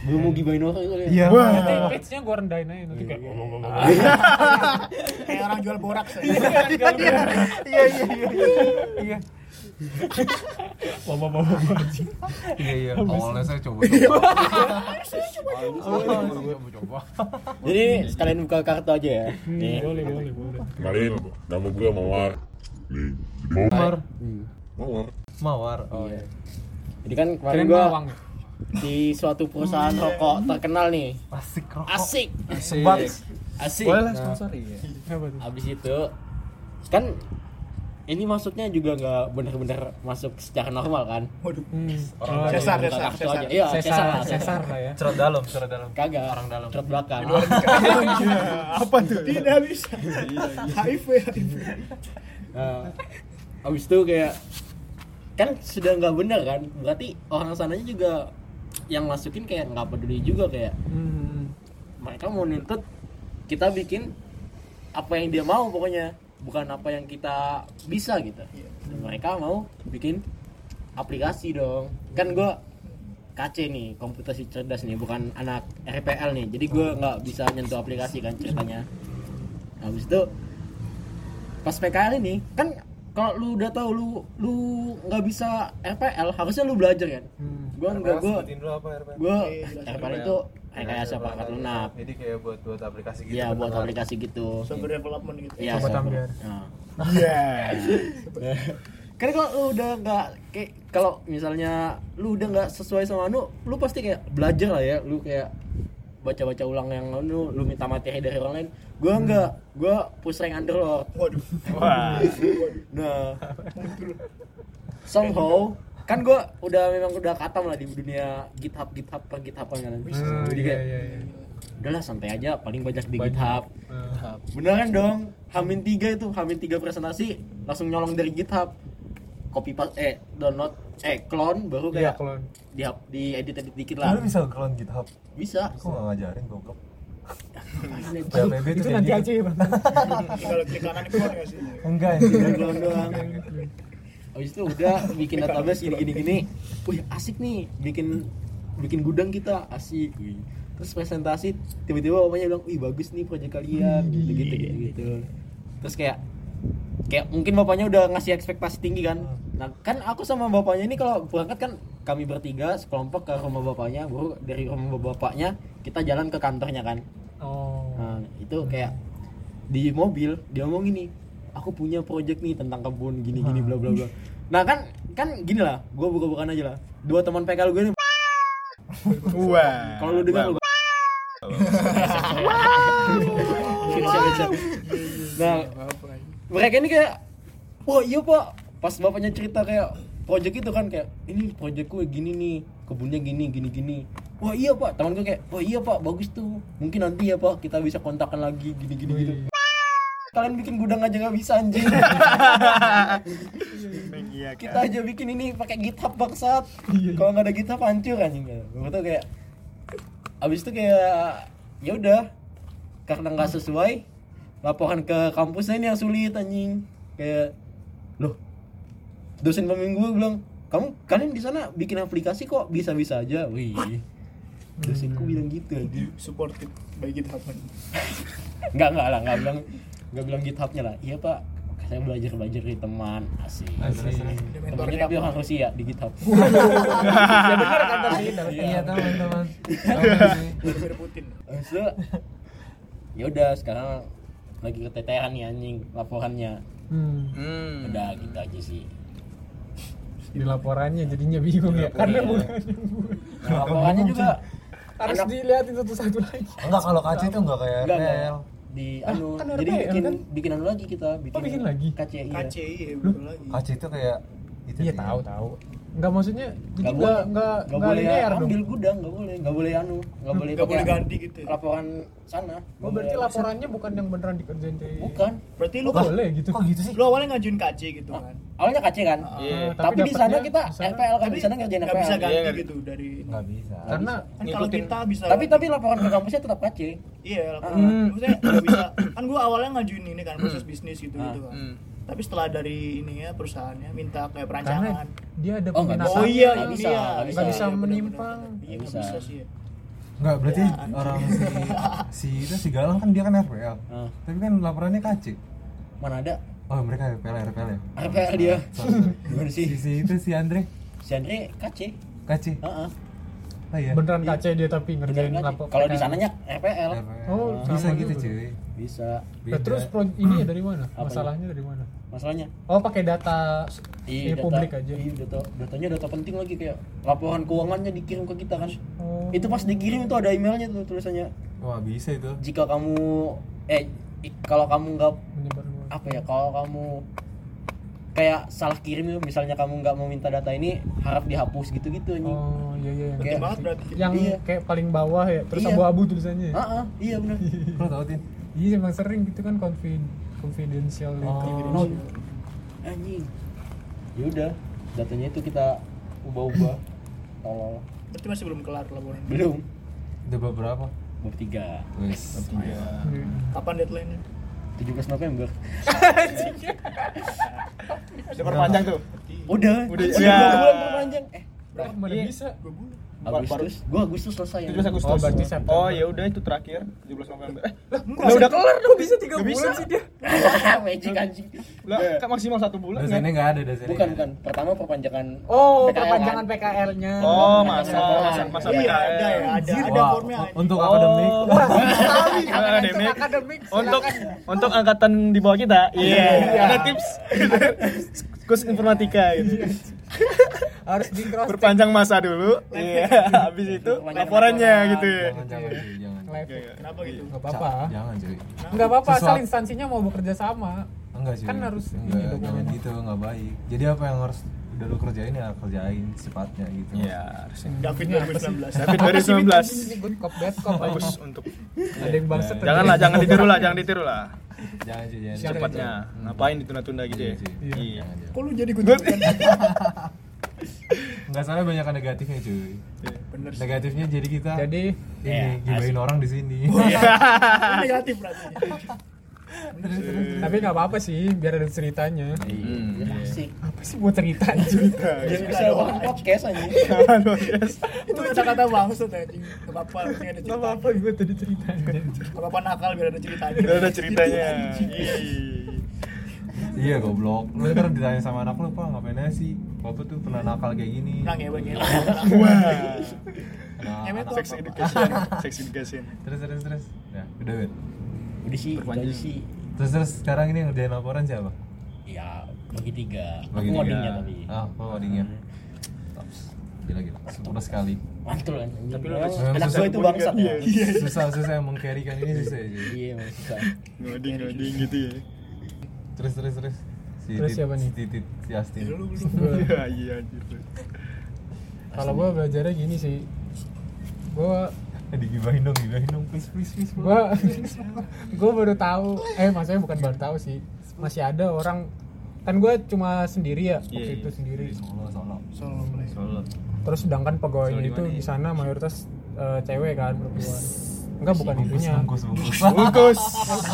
Speaker 5: Gua mau gibain orang soalnya.
Speaker 4: Ah.
Speaker 1: Nanti pitch-nya gua rendahin aja nanti kayak
Speaker 2: kayak orang jual borak iya. saya
Speaker 3: iya iya awalnya saya coba coba coba coba coba
Speaker 5: Jadi sekalian buka kartu aja ya. Nih.
Speaker 1: boleh boleh boleh.
Speaker 7: Kemarin nama gue Mawar.
Speaker 3: mawar
Speaker 5: Hmm.
Speaker 7: Mawar.
Speaker 3: mawar oh iya
Speaker 5: Iya. Jadi kan kemarin
Speaker 1: Keren
Speaker 5: gua
Speaker 1: bawang.
Speaker 5: di suatu perusahaan rokok terkenal nih.
Speaker 3: asik rokok
Speaker 5: Asik.
Speaker 4: Asik.
Speaker 5: Asik.
Speaker 4: Boleh lah
Speaker 5: Nah,
Speaker 4: sponsor iya.
Speaker 1: Apa tuh?
Speaker 5: Habis itu kan ini maksudnya juga nggak bener-bener masuk secara normal kan?
Speaker 2: waduh
Speaker 1: Hmm.
Speaker 3: Orang
Speaker 1: Oh,
Speaker 3: dalam.
Speaker 2: Cesar,
Speaker 5: Buka
Speaker 2: Cesar,
Speaker 5: kartu
Speaker 2: Cesar.
Speaker 5: aja. Iya, Cesar,
Speaker 1: Cesar,
Speaker 5: lah, Cesar.
Speaker 1: Cesar lah ya.
Speaker 3: cerot dalam cerot dalam
Speaker 5: Kagak.
Speaker 3: orang dalam
Speaker 5: Trot belakang.
Speaker 4: Apa tuh?
Speaker 2: tidak bisa ya, HIV HIV
Speaker 5: Nah, abis itu kayak kan sudah nggak benar kan berarti orang sananya juga yang masukin kayak nggak peduli juga kayak mereka mau nuntut kita bikin apa yang dia mau pokoknya bukan apa yang kita bisa gitu Dan mereka mau bikin aplikasi dong kan gua KC nih komputasi cerdas nih bukan anak RPL nih jadi gua nggak bisa nyentuh aplikasi kan ceritanya habis itu pas PKL ini kan kalau lu udah tahu lu lu nggak bisa RPL harusnya lu belajar kan gua nggak
Speaker 3: Harus
Speaker 5: gua
Speaker 3: sebutin dulu apa RPL?
Speaker 5: gue
Speaker 2: Iya,
Speaker 5: RPL itu rekayasa perangkat lunak
Speaker 3: Jadi kayak buat buat aplikasi gitu.
Speaker 5: ya buat
Speaker 3: beneran.
Speaker 5: aplikasi gitu
Speaker 2: software development gitu
Speaker 5: Iya,
Speaker 1: Sobat
Speaker 5: sobat.
Speaker 1: ambiar.
Speaker 5: Nah.
Speaker 2: Iya.
Speaker 5: Kan kalau lu udah nggak kayak kalau misalnya lu udah nggak sesuai sama anu, lu pasti kayak belajar lah ya, lu kayak baca-baca ulang yang anu, lu minta materi dari orang lain. Gua nggak, gua push rank underlord.
Speaker 2: waduh
Speaker 4: Wah.
Speaker 5: Nah, somehow kan gua udah memang udah katam lah di dunia GitHub GitHub per GitHuban kan.
Speaker 1: Hmm,
Speaker 5: Jadi
Speaker 1: iya,
Speaker 5: kayak
Speaker 1: iya, iya.
Speaker 5: udahlah santai aja paling banyak di
Speaker 1: Banyak.
Speaker 5: GitHub.
Speaker 1: Eh,
Speaker 5: Beneran dong, Hamin 3 itu, Hamin 3 presentasi langsung nyolong dari GitHub. Copy pas eh download eh clone baru
Speaker 1: Iya,
Speaker 5: kayak
Speaker 1: clone.
Speaker 5: di di edit edit dikit
Speaker 3: Lu
Speaker 5: lah.
Speaker 3: bisa clone GitHub.
Speaker 5: Bisa.
Speaker 3: Kok nggak ngajarin goblok?
Speaker 5: Udah
Speaker 3: PPB
Speaker 1: Itu nanti aja ya, Bang.
Speaker 2: tinggal klik kanan keluar nggak sih
Speaker 3: gitu. Enggak
Speaker 5: clone doang. Habis itu udah bikin database gini gini gini. Wih, asik nih bikin bikin gudang kita asik. Wih. Terus presentasi tiba-tiba bapaknya bilang, "Wih, bagus nih proyek kalian." Gitu gitu gitu. gitu. Terus kayak kayak mungkin bapaknya udah ngasih ekspektasi tinggi kan nah kan aku sama bapaknya ini kalau berangkat kan kami bertiga sekelompok ke rumah bapaknya baru dari rumah bapaknya kita jalan ke kantornya kan
Speaker 1: Oh.
Speaker 5: nah, itu kayak di mobil dia ngomong ini aku punya project nih tentang kebun gini gini bla bla bla nah kan kan gini lah gue buka bukaan aja lah dua teman PKL gue ini
Speaker 4: Wah.
Speaker 5: kalau lu dengar lu Bisa, bisa. Nah, mereka ini kayak, wah iya pak, pas bapaknya cerita kayak project itu kan kayak, ini project gue gini nih, kebunnya gini, gini, gini. Wah iya pak, teman gue kayak, wah iya pak, bagus tuh. Mungkin nanti ya pak, kita bisa kontakkan lagi, gini, gini, gitu. Kalian bikin gudang aja nggak bisa anjing.
Speaker 4: Iya,
Speaker 5: Kita aja bikin ini pakai GitHub bangsat. Kalau nggak ada GitHub hancur anjing. Gue tuh kayak, abis itu kayak, ya udah, karena nggak sesuai laporan ke kampusnya ini yang sulit anjing kayak loh dosen pembimbing gue bilang kamu kalian di sana bikin aplikasi kok bisa bisa aja wih dosenku bilang gitu anjing
Speaker 2: supported by GitHub kan.
Speaker 5: nggak nggak lah nggak bilang nggak bilang GitHubnya lah iya pak saya belajar belajar dari teman asik temannya tapi orang Rusia di GitHub
Speaker 1: Ya benar kata sih.
Speaker 5: Iya,
Speaker 1: teman-teman.
Speaker 2: Vladimir Putin
Speaker 5: Abis itu, ya udah sekarang lagi keteteran nih anjing laporannya
Speaker 1: Hmm,
Speaker 4: Hmm.
Speaker 5: udah gitu aja sih
Speaker 1: Nah, di laporannya jadinya bingung ya. Karena bukan
Speaker 5: laporannya juga
Speaker 1: harus
Speaker 5: Iya. Anak-
Speaker 1: dilihatin satu-satu lagi.
Speaker 3: Enggak kalau KC itu enggak kayak
Speaker 5: Enggak, enggak. Di anu,
Speaker 1: kan
Speaker 5: jadi
Speaker 1: RPL
Speaker 5: bikin
Speaker 1: kan?
Speaker 5: bikin anu lagi kita, bikin,
Speaker 1: bikin lagi?
Speaker 5: KCI. ya.
Speaker 2: KCI ya betul lagi
Speaker 3: KC itu kayak gitu itu
Speaker 1: Iya
Speaker 3: dia.
Speaker 1: tahu tahu. Enggak maksudnya jadi enggak
Speaker 5: Nggak boleh,
Speaker 1: enggak
Speaker 5: nggak
Speaker 1: enggak
Speaker 5: boleh
Speaker 1: linear dong.
Speaker 5: ambil gudang, nggak boleh, nggak boleh anu, nggak boleh
Speaker 2: nggak boleh
Speaker 5: pakai
Speaker 2: ganti gitu ya
Speaker 5: laporan sana.
Speaker 1: Oh,
Speaker 5: nggak
Speaker 1: berarti
Speaker 5: boleh.
Speaker 1: laporannya bukan yang beneran dikerjain dari
Speaker 5: bukan.
Speaker 2: berarti lu
Speaker 1: Oh,
Speaker 2: kan
Speaker 1: boleh gitu.
Speaker 3: Kok gitu sih?
Speaker 2: lu awalnya ngajuin KC gitu
Speaker 5: Ah,
Speaker 2: kan
Speaker 5: Awalnya KC kan.
Speaker 4: Iya.
Speaker 5: tapi, di sana kita
Speaker 1: FPL
Speaker 5: FPL kan di sana ngerjain
Speaker 2: nggak
Speaker 5: FPL.
Speaker 2: bisa
Speaker 4: Iya,
Speaker 2: ganti
Speaker 4: nggak-
Speaker 2: gitu dari
Speaker 3: Enggak bisa.
Speaker 1: karena
Speaker 2: kan kalau
Speaker 4: Ngikutin.
Speaker 2: kita bisa
Speaker 5: tapi tapi laporan ke kampusnya tetap KC.
Speaker 2: iya laporan.
Speaker 1: Hmm.
Speaker 2: maksudnya nggak bisa kan gua awalnya ngajuin ini kan proses bisnis gitu gitu kan
Speaker 4: Hmm.
Speaker 2: tapi setelah dari ininya perusahaannya minta kayak
Speaker 1: karena
Speaker 2: perancangan
Speaker 1: dia ada
Speaker 5: Oh, nggak bisa.
Speaker 2: oh
Speaker 1: peminasan.
Speaker 2: iya
Speaker 5: Nggak
Speaker 2: ini
Speaker 5: bisa,
Speaker 2: ya
Speaker 5: nggak
Speaker 1: bisa. Nggak bisa
Speaker 2: Iya, benar-benar.
Speaker 1: menyimpang.
Speaker 2: iya
Speaker 5: Nggak
Speaker 2: nggak
Speaker 5: bisa.
Speaker 2: bisa sih ya.
Speaker 3: Enggak, berarti
Speaker 1: Iya.
Speaker 2: Ya, anjing.
Speaker 3: orang si si itu si Galang kan dia kan RPL.
Speaker 1: Ah.
Speaker 5: Nah,
Speaker 3: Tapi kan laporannya KC.
Speaker 5: mana ada
Speaker 3: Oh, mereka RPL RPL ya.
Speaker 5: FPL dia.
Speaker 1: Ah.
Speaker 5: Gimana
Speaker 3: Si,
Speaker 5: sih?
Speaker 3: si itu si Andre
Speaker 5: Si Andre Ah, KC.
Speaker 3: KC.
Speaker 5: Heeh.
Speaker 3: Oh iya.
Speaker 1: Beneran KC dia tapi ngerjain Nah,
Speaker 5: beneran KC.
Speaker 1: laporan.
Speaker 5: Kalau di sananya FPL.
Speaker 3: RPL.
Speaker 1: Oh,
Speaker 3: bisa
Speaker 1: sama
Speaker 3: gitu,
Speaker 1: juga.
Speaker 3: cuy.
Speaker 5: Bisa.
Speaker 1: Nah,
Speaker 3: Beda.
Speaker 1: terus pro- ini dari mana?
Speaker 5: Apanya?
Speaker 1: Masalahnya dari mana?
Speaker 5: Masalahnya
Speaker 1: Oh, pakai data eh,
Speaker 5: Iya,
Speaker 1: publik aja.
Speaker 5: Iya, data, datanya data penting lagi kayak laporan keuangannya dikirim ke kita kan.
Speaker 1: Oh.
Speaker 5: Itu pas dikirim itu ada emailnya tuh tulisannya
Speaker 3: Wah, bisa itu.
Speaker 5: jika kamu eh i- kalau kamu nggak
Speaker 1: menyebar luas.
Speaker 5: apa ya kalau kamu kayak salah kirim itu, misalnya kamu nggak mau minta data ini harap dihapus gitu-gitu anjing.
Speaker 1: Oh, iya iya yang
Speaker 5: Penting
Speaker 1: kayak-
Speaker 2: banget
Speaker 4: gitu.
Speaker 2: berarti.
Speaker 1: Yang
Speaker 5: Iya.
Speaker 1: kayak paling bawah ya, terus
Speaker 5: Iya.
Speaker 1: abu-abu tulisannya. ya?
Speaker 5: Ah, ah, iya benar.
Speaker 3: Lo tau tin?
Speaker 1: Iya, emang sering gitu kan confid confidential gitu.
Speaker 5: Oh, anjing. Ya udah. datanya itu kita ubah-ubah tolol
Speaker 2: Berarti masih belum kelar laporan.
Speaker 5: belum
Speaker 3: Udah bab berapa?
Speaker 5: bab tiga
Speaker 3: Wis.
Speaker 4: Iya.
Speaker 2: Kapan deadline-nya?
Speaker 5: 17 November
Speaker 4: Diperpanjang tuh.
Speaker 5: udah
Speaker 4: Udah,
Speaker 5: Udah,
Speaker 4: iya.
Speaker 5: dua bulan perpanjang eh
Speaker 4: Berapa bisa?
Speaker 5: Agustus gua Agustus selesai ya.
Speaker 4: 17 Agustus.
Speaker 1: Oh, berarti September.
Speaker 4: Oh, ya udah itu terakhir 17 November. Eh, lah,
Speaker 2: Enggak,
Speaker 4: udah udah kelar dong bisa 3
Speaker 1: Nggak
Speaker 4: bulan
Speaker 1: bisa.
Speaker 4: sih dia.
Speaker 5: magic anjing
Speaker 4: Lah, kan maksimal 1 bulan kan?
Speaker 3: Dosennya nggak ada dosennya.
Speaker 5: bukan bukan pertama perpanjangan
Speaker 1: Oh,
Speaker 5: PKL-an.
Speaker 1: perpanjangan PKL-nya.
Speaker 4: Oh, masa
Speaker 1: ya.
Speaker 4: masa
Speaker 5: Iya,
Speaker 4: masa
Speaker 2: Iya,
Speaker 4: PKL. Oh.
Speaker 2: ada ya, ada, ada
Speaker 3: Wah,
Speaker 2: formnya.
Speaker 3: un- untuk akademik.
Speaker 4: Ada
Speaker 1: Akademik.
Speaker 4: akademik.
Speaker 1: Akademik.
Speaker 4: Untuk untuk angkatan di bawah kita. Iya.
Speaker 1: Iya.
Speaker 4: Ada tips. Kurs informatika gitu.
Speaker 1: harus di cross
Speaker 4: Berpanjang masa dulu. Iya, habis itu
Speaker 5: Perpanjangan
Speaker 4: laporannya
Speaker 5: laporan.
Speaker 4: gitu ya.
Speaker 3: Jangan jangan cuy, jangan.
Speaker 1: live.
Speaker 4: Iya, iya.
Speaker 2: Kenapa gitu?
Speaker 1: Enggak apa-apa.
Speaker 3: Jangan cuy.
Speaker 1: Enggak apa-apa asal
Speaker 3: Sesuatu-
Speaker 1: instansinya mau bekerja sama.
Speaker 3: Enggak sih.
Speaker 1: Kan harus ini
Speaker 3: enggak,
Speaker 1: dokumen.
Speaker 3: jangan gitu, enggak baik. Jadi apa yang harus udah lu kerjain ya kerjain sifatnya gitu.
Speaker 4: Iya, harusnya.
Speaker 2: David 2019.
Speaker 4: Tapi
Speaker 1: Ini
Speaker 4: 2019
Speaker 1: good cop bad cop.
Speaker 4: bagus untuk Iya.
Speaker 1: Ada yang bangset.
Speaker 4: Oh, janganlah jangan ditiru lah, jangan ditiru lah.
Speaker 3: Jangan cuy, jangan.
Speaker 1: Siapa
Speaker 4: Cepatnya ngapain ditunda-tunda gitu ya?
Speaker 3: Iya.
Speaker 4: Iya.
Speaker 3: Jangan, jangan.
Speaker 2: Kok lu jadi gunjingan?
Speaker 3: Enggak salah banyak negatifnya cuy.
Speaker 2: Bener sih.
Speaker 3: Negatifnya jadi kita
Speaker 1: Jadi
Speaker 3: ini gibain orang di sini.
Speaker 2: Ini Negatif berarti.
Speaker 4: Iya.
Speaker 1: tapi nggak apa-apa sih biar ada ceritanya.
Speaker 4: Hmm.
Speaker 5: asik
Speaker 1: Apa sih buat cerita cerita?
Speaker 4: Iya.
Speaker 5: biar bisa bawa podcast anjing
Speaker 2: Itu kata-kata bangsat ya, anjing. Enggak apa-apa, ini ada
Speaker 1: Gak
Speaker 2: cerita.
Speaker 1: apa-apa gue tadi cerita.
Speaker 2: Enggak apa-apa nakal biar ada Gitu, ceritanya.
Speaker 4: Udah ada ceritanya. Iya.
Speaker 3: iya goblok. Lu kan ditanya sama anak lu, "Pak, ngapain aja sih? Bapak tuh pernah nakal kayak gini."
Speaker 2: Nang ya bagi.
Speaker 3: Nah,
Speaker 2: Ngewe tuh
Speaker 3: anak-
Speaker 4: Sex education, sex education.
Speaker 3: Terus terus terus. Ya, udah wait.
Speaker 5: udah sih udah
Speaker 4: Perpanjang.
Speaker 5: sih
Speaker 3: Terus terus sekarang ini yang ngerjain laporan siapa?
Speaker 5: ya bagi tiga
Speaker 3: Bagi
Speaker 5: aku
Speaker 3: tiga.
Speaker 5: ngodingnya tapi
Speaker 3: Ah, oh, codingnya. Tops. Gila gila. Super sekali.
Speaker 5: mantul kan
Speaker 4: Tapi lu
Speaker 5: Memang
Speaker 3: harus-
Speaker 5: anak
Speaker 3: harus
Speaker 5: gua itu bangsat ya
Speaker 3: Iya.
Speaker 1: Iya,
Speaker 3: Susah susah yang mengcarrykan ini susah ya. cuy.
Speaker 5: iya emang susah
Speaker 4: Ngoding ngoding gitu ya.
Speaker 3: Terus terus terus. Si
Speaker 1: Terus
Speaker 3: Tit-
Speaker 1: siapa nih?
Speaker 3: Si Titit, si Astin.
Speaker 4: Iya iya gitu.
Speaker 1: Kalau gue belajarnya gini sih, gue
Speaker 3: Eh, digibahin dong, gibahin dong, please please please.
Speaker 1: gue gue baru tahu eh maksudnya bukan baru tahu sih masih ada orang kan gue cuma sendiri ya
Speaker 4: Iya,
Speaker 1: waktu itu
Speaker 4: iya.
Speaker 1: sendiri
Speaker 3: Solo solo.
Speaker 2: Solo play.
Speaker 3: Solo.
Speaker 1: terus sedangkan pegawainya
Speaker 3: Sorry,
Speaker 1: itu
Speaker 3: gimana
Speaker 1: di
Speaker 3: ya?
Speaker 1: sana mayoritas eh, cewek kan perempuan enggak bukan
Speaker 3: Bungkus
Speaker 1: itunya
Speaker 3: bungkus bungkus.
Speaker 4: Bungkus.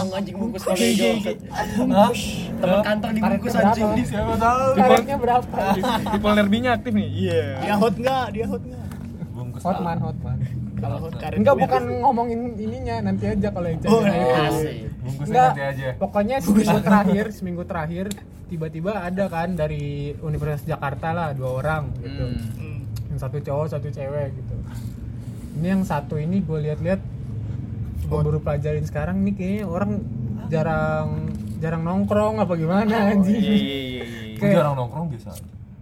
Speaker 5: Ang anjing bungkus pakai hijau.
Speaker 3: Hah?
Speaker 5: Teman kantor dibungkus anjing.
Speaker 3: Siapa tahu?
Speaker 1: tarifnya berapa
Speaker 4: People nerbinya aktif nih. Iya.
Speaker 2: Dia hot enggak? Dia hot enggak?
Speaker 3: Bungkus.
Speaker 1: hotman
Speaker 3: tangan.
Speaker 1: hotman
Speaker 2: Kalau hot karir.
Speaker 1: enggak bukan ngomongin ininya nanti aja kalau yang cewek
Speaker 2: Oh,
Speaker 1: ayo.
Speaker 5: Asik.
Speaker 3: Bungkusnya
Speaker 1: Enggak,
Speaker 3: nanti aja.
Speaker 1: pokoknya seminggu terakhir, seminggu terakhir tiba-tiba ada kan dari Universitas Jakarta lah dua orang gitu.
Speaker 2: Hmm.
Speaker 1: yang satu cowok satu cewek gitu ini yang satu ini gue lihat-lihat gue baru pelajarin sekarang nih kayaknya orang jarang jarang nongkrong apa gimana
Speaker 4: Iya iya
Speaker 1: anjing
Speaker 4: iya. iya.
Speaker 3: Gue jarang nongkrong biasa.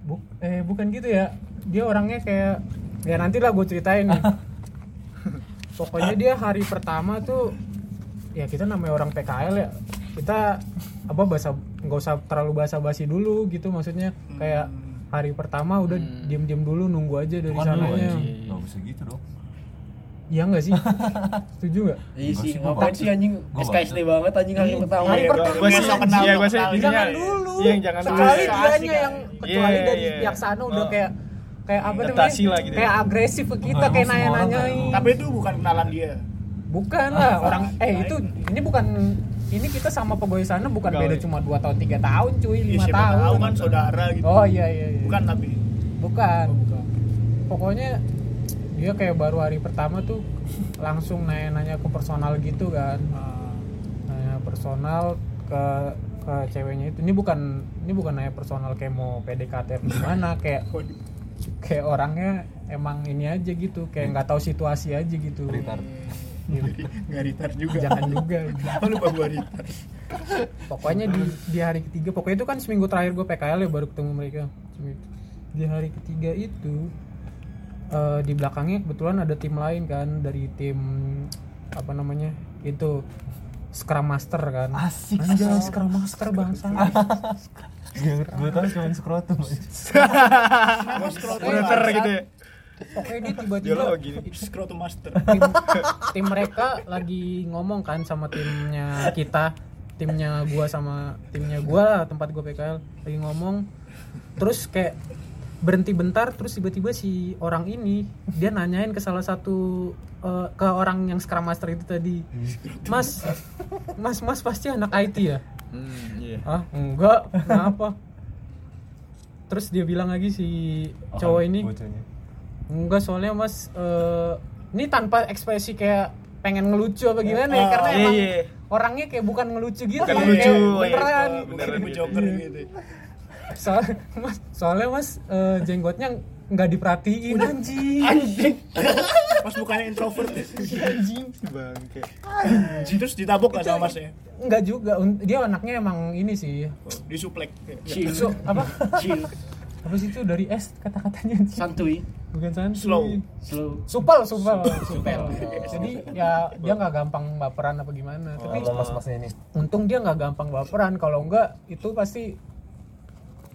Speaker 1: Bu- eh bukan gitu ya dia orangnya kayak ya nanti lah gue ceritain nih pokoknya dia hari pertama tuh ya kita namanya orang PKL ya kita apa bahasa nggak usah terlalu bahasa basi dulu gitu maksudnya kayak
Speaker 4: Hmm.
Speaker 1: hari pertama udah diem-diem dulu nunggu aja dari
Speaker 3: Hmm. Bukan lu
Speaker 1: sananya
Speaker 3: anjing. Enggak bisa gitu dong.
Speaker 1: Iya enggak sih? Setuju enggak?
Speaker 5: Iya sih,
Speaker 3: Gua
Speaker 5: ngapain
Speaker 3: baca.
Speaker 5: sih anjing?
Speaker 3: Gua Iya.
Speaker 5: SKSD banget anjing hari pertama.
Speaker 2: Hmm. Hari
Speaker 4: Gua-
Speaker 2: pertama
Speaker 4: gua sih-
Speaker 2: besok kenal,
Speaker 4: Iya, gua sih
Speaker 2: kenal.
Speaker 4: intinya-
Speaker 1: Jangan dulu.
Speaker 4: Iya, jangan dulu.
Speaker 1: Kecuali
Speaker 2: Asik,
Speaker 1: dianya
Speaker 2: asik,
Speaker 1: yang
Speaker 2: asik.
Speaker 1: kecuali
Speaker 4: Iya,
Speaker 1: dari
Speaker 4: iya.
Speaker 1: pihak sana udah
Speaker 4: Oh.
Speaker 1: kayak kayak apa
Speaker 4: Adaptasi
Speaker 1: namanya?
Speaker 4: lah gitu ya.
Speaker 1: Kayak agresif ke kita,
Speaker 3: Nah,
Speaker 1: kayak
Speaker 3: emang semua orang
Speaker 1: nanya-nanyain.
Speaker 3: kayak
Speaker 2: Tapi itu bukan kenalan dia.
Speaker 1: Bukan lah
Speaker 2: Ah,
Speaker 1: orang eh itu ini bukan ini kita sama pegawai sana bukan
Speaker 4: Pegawai.
Speaker 1: beda cuma 2 tahun 3 tahun cuy,
Speaker 2: Iya
Speaker 1: 5
Speaker 2: siapa
Speaker 1: tahun.
Speaker 2: tahu kan saudara gitu.
Speaker 1: Oh iya iya iya.
Speaker 2: Bukan tapi.
Speaker 1: Bukan. Pokoknya dia kayak baru hari pertama tuh langsung nanya-nanya ke personal gitu kan.
Speaker 2: ah,
Speaker 1: nanya personal ke ke ceweknya itu ini bukan ini bukan nanya personal kayak mau PDKT apa gimana kayak
Speaker 2: Waduh.
Speaker 1: kayak orangnya emang ini aja gitu kayak nggak tahu situasi aja gitu
Speaker 3: Retard.
Speaker 1: Gitu.
Speaker 2: Enggak ritar juga.
Speaker 1: jangan juga gitu.
Speaker 2: Apa lupa gua ritar?
Speaker 1: pokoknya di, di hari ketiga pokoknya itu kan seminggu terakhir gue PKL ya baru ketemu mereka Seminggu. di hari ketiga itu eh, di belakangnya kebetulan ada tim lain kan dari tim apa namanya itu Scrum Master kan
Speaker 3: Asik.
Speaker 1: Anjay, Scrum Master bangsa
Speaker 3: Gue tahu cuma skrotum.
Speaker 2: Kenapa scroll
Speaker 1: Iya,
Speaker 4: Muter gitu ya.
Speaker 1: pokoknya dia
Speaker 4: Dia
Speaker 1: tiba-tiba
Speaker 4: lo gini.
Speaker 2: Scroll to master.
Speaker 1: tim, tim mereka lagi ngomong kan sama timnya kita timnya gua sama timnya gua lah tempat gua PKL lagi ngomong terus kayak berhenti bentar terus tiba-tiba si orang ini dia nanyain ke salah satu eh, ke orang yang scrum master itu tadi mas mas mas pasti anak IT ya
Speaker 4: Hmm, iya.
Speaker 1: ah enggak kenapa terus dia bilang lagi si
Speaker 3: Oh,
Speaker 1: cowok ini
Speaker 3: bocahnya.
Speaker 1: enggak soalnya mas eh, ini tanpa ekspresi kayak pengen ngelucu apa gimana ya karena
Speaker 4: Iya,
Speaker 1: emang
Speaker 4: iya.
Speaker 1: orangnya kayak bukan ngelucu gitu
Speaker 2: Iya,
Speaker 4: Bukan
Speaker 1: kayak
Speaker 4: ngelucu,
Speaker 1: beneran
Speaker 4: iya.
Speaker 2: Bukan
Speaker 4: Beneran
Speaker 2: ibu
Speaker 4: gitu.
Speaker 2: joker gitu.
Speaker 1: Soal- mas, soalnya mas eh, jenggotnya nggak diperhatiin anjing
Speaker 2: Anjing. gitu. Pas bukannya introvert.
Speaker 4: Anjing bangke.
Speaker 2: Anjing. Terus ditabok kan sama masnya.
Speaker 1: nggak juga un- dia anaknya emang ini sih
Speaker 2: Disuplek. Iya, Kayak,
Speaker 5: chill
Speaker 1: so, apa
Speaker 5: chill
Speaker 1: apa sih itu dari S kata-katanya anjing.
Speaker 5: santuy
Speaker 1: bukan santuy.
Speaker 2: Slow.
Speaker 5: slow
Speaker 1: supel supel supel jadi ya dia nggak gampang baperan apa gimana tapi
Speaker 8: Sama mas-masnya ini
Speaker 1: untung dia nggak gampang baperan kalau enggak itu pasti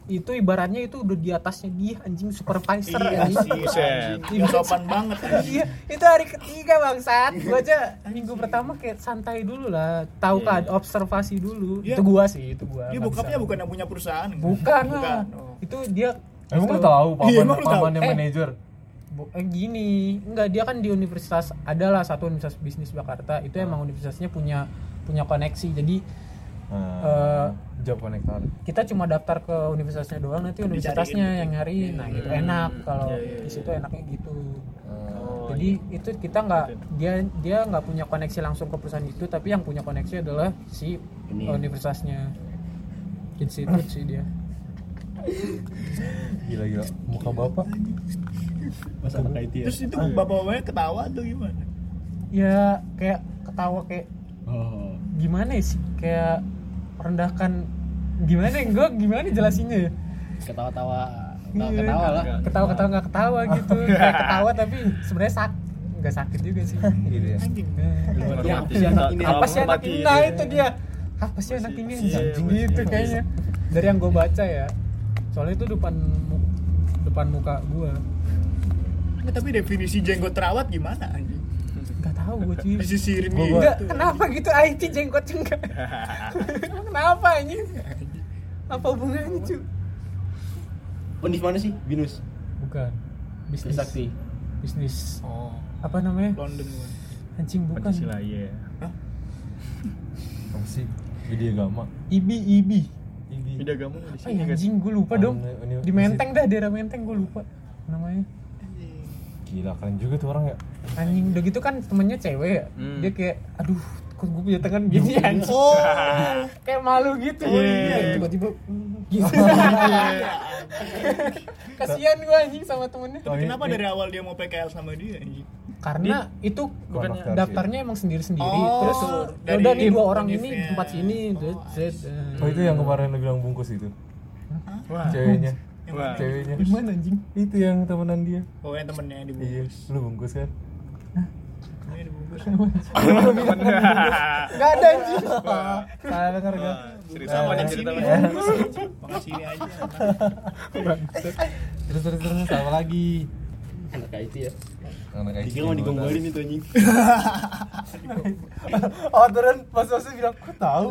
Speaker 1: itu ibaratnya itu udah di atasnya dia anjing supervisor
Speaker 2: Iya
Speaker 1: anjing.
Speaker 2: sih, anjing. Nggak sopan banget.
Speaker 1: Iya, itu hari ketiga bang Sat. Gua aja minggu pertama kayak santai dulu lah, tahu kan observasi dulu.
Speaker 2: Iya.
Speaker 1: Itu gua sih, itu gua.
Speaker 2: Dia
Speaker 1: nggak
Speaker 2: bokapnya
Speaker 1: bisa.
Speaker 2: bukan yang punya perusahaan. kan?
Speaker 1: bukan lah.
Speaker 2: Bukan. oh.
Speaker 1: Itu dia
Speaker 3: Emang lu
Speaker 1: itu-
Speaker 3: tahu
Speaker 2: Iya,
Speaker 3: paman
Speaker 2: emang lu tahu.
Speaker 3: pamannya
Speaker 1: Eh.
Speaker 3: manajer?
Speaker 1: bu- eh, gini, enggak dia kan di universitas adalah satu universitas bisnis Jakarta.
Speaker 2: Ah.
Speaker 1: Itu emang universitasnya punya punya koneksi. Jadi eh,
Speaker 3: Job konektor.
Speaker 1: kita cuma daftar ke universitasnya doang nanti
Speaker 5: gitu.
Speaker 1: universitasnya yang
Speaker 5: Iya,
Speaker 1: nyari nah itu enak kalau di situ enaknya gitu
Speaker 5: Oh,
Speaker 1: jadi
Speaker 5: iya.
Speaker 1: itu kita nggak dia dia nggak punya koneksi langsung ke perusahaan itu tapi yang punya koneksi adalah si universitasnya institut sih dia
Speaker 3: Gila gila. Muka bapak.
Speaker 4: Mas anak
Speaker 1: Iya.
Speaker 4: IT
Speaker 5: ya.
Speaker 2: Terus itu bapak-bapaknya ketawa atau gimana?
Speaker 1: ya kayak ketawa kayak
Speaker 5: Oh.
Speaker 1: gimana ya sih kayak merendahkan gimana ya gue gimana jelasinnya ya
Speaker 5: ketawa-tawa nggak ketawa lah Oh, iya.
Speaker 1: ketawa ketawa nggak ketawa gitu kayak ketawa tapi sebenarnya sak nggak sakit juga sih
Speaker 5: Hmm.
Speaker 3: Gitu
Speaker 1: Iya.
Speaker 3: ya.
Speaker 2: Anjing.
Speaker 4: Iya,
Speaker 5: Ya, apa sih anak ini?
Speaker 1: apa sih anak ini nah itu dia apa sih anak ini
Speaker 4: Iya,
Speaker 1: anjing
Speaker 4: iya,
Speaker 1: gitu
Speaker 4: iya.
Speaker 1: kayaknya dari yang gue baca ya soalnya itu depan mu- depan muka gue
Speaker 2: Nggak, tapi definisi jenggot terawat gima anjing?
Speaker 1: nggak tahu gue cuy
Speaker 2: Disisirin gitu.
Speaker 1: Enggak, kenapa gitu IT jenggot enggak Emang kenapa anjing apa hubungannya cuy
Speaker 5: Undis mana sih? Binus.
Speaker 1: bukan bisnis
Speaker 5: Trisakti.
Speaker 1: bisnis
Speaker 4: Oh,
Speaker 1: apa namanya
Speaker 2: London.
Speaker 1: anjing bukan
Speaker 4: Pancasila iya.
Speaker 3: Apa sih? Widya Gama.
Speaker 1: ibi ibi
Speaker 4: Beda kamu di
Speaker 1: Apa
Speaker 4: sini
Speaker 1: ya,
Speaker 4: nggak sih?
Speaker 1: anjing gue lupa dong
Speaker 3: Anu- anu-
Speaker 1: di menteng dah daerah menteng gue lupa namanya
Speaker 3: Gila keren juga tuh orang ya.
Speaker 1: anjing udah gitu kan temennya cewek ya
Speaker 4: Hmm.
Speaker 1: dia kayak aduh kok gue punya tangan gini anjing Oh. kayak malu gitu
Speaker 4: Iya.
Speaker 1: tiba-tiba mm, gitu kasian gue anjing sama temennya
Speaker 2: Tapi kenapa dari awal dia mau PKL sama dia anjing?
Speaker 1: karena itu
Speaker 3: Bukannya-
Speaker 1: daftarnya emang sendiri-sendiri
Speaker 2: Oh,
Speaker 1: terus ya
Speaker 2: dari
Speaker 1: udah nih dua orang ini
Speaker 2: univ-nya.
Speaker 1: di tempat sini
Speaker 2: Oh,
Speaker 1: zet, eh." zet.
Speaker 3: Oh itu yang kemarin lu bilang bungkus itu.
Speaker 2: Ah.
Speaker 4: Wah.
Speaker 3: Ceweknya.
Speaker 4: Wah.
Speaker 3: Ceweknya.
Speaker 1: gimana anjing
Speaker 3: Itu yang temenan dia.
Speaker 2: Oh, yang temennya yang dibungkus.
Speaker 3: Iya, lu bungkus kan?
Speaker 2: Temennya yang dibungkus.
Speaker 1: nggak ada anjing
Speaker 3: Salah denger gak?
Speaker 4: kan?
Speaker 1: kan?
Speaker 4: Cerita apa nih cerita apa?
Speaker 1: Iya.
Speaker 4: nih?
Speaker 2: Makasih ini aja.
Speaker 3: Terus terus terus apa lagi?
Speaker 5: Anak IT ya.
Speaker 3: Anak IT
Speaker 5: Dikira mau
Speaker 3: yang
Speaker 5: digombali itu anjing.
Speaker 1: orderan pas masnya bilang kok tahu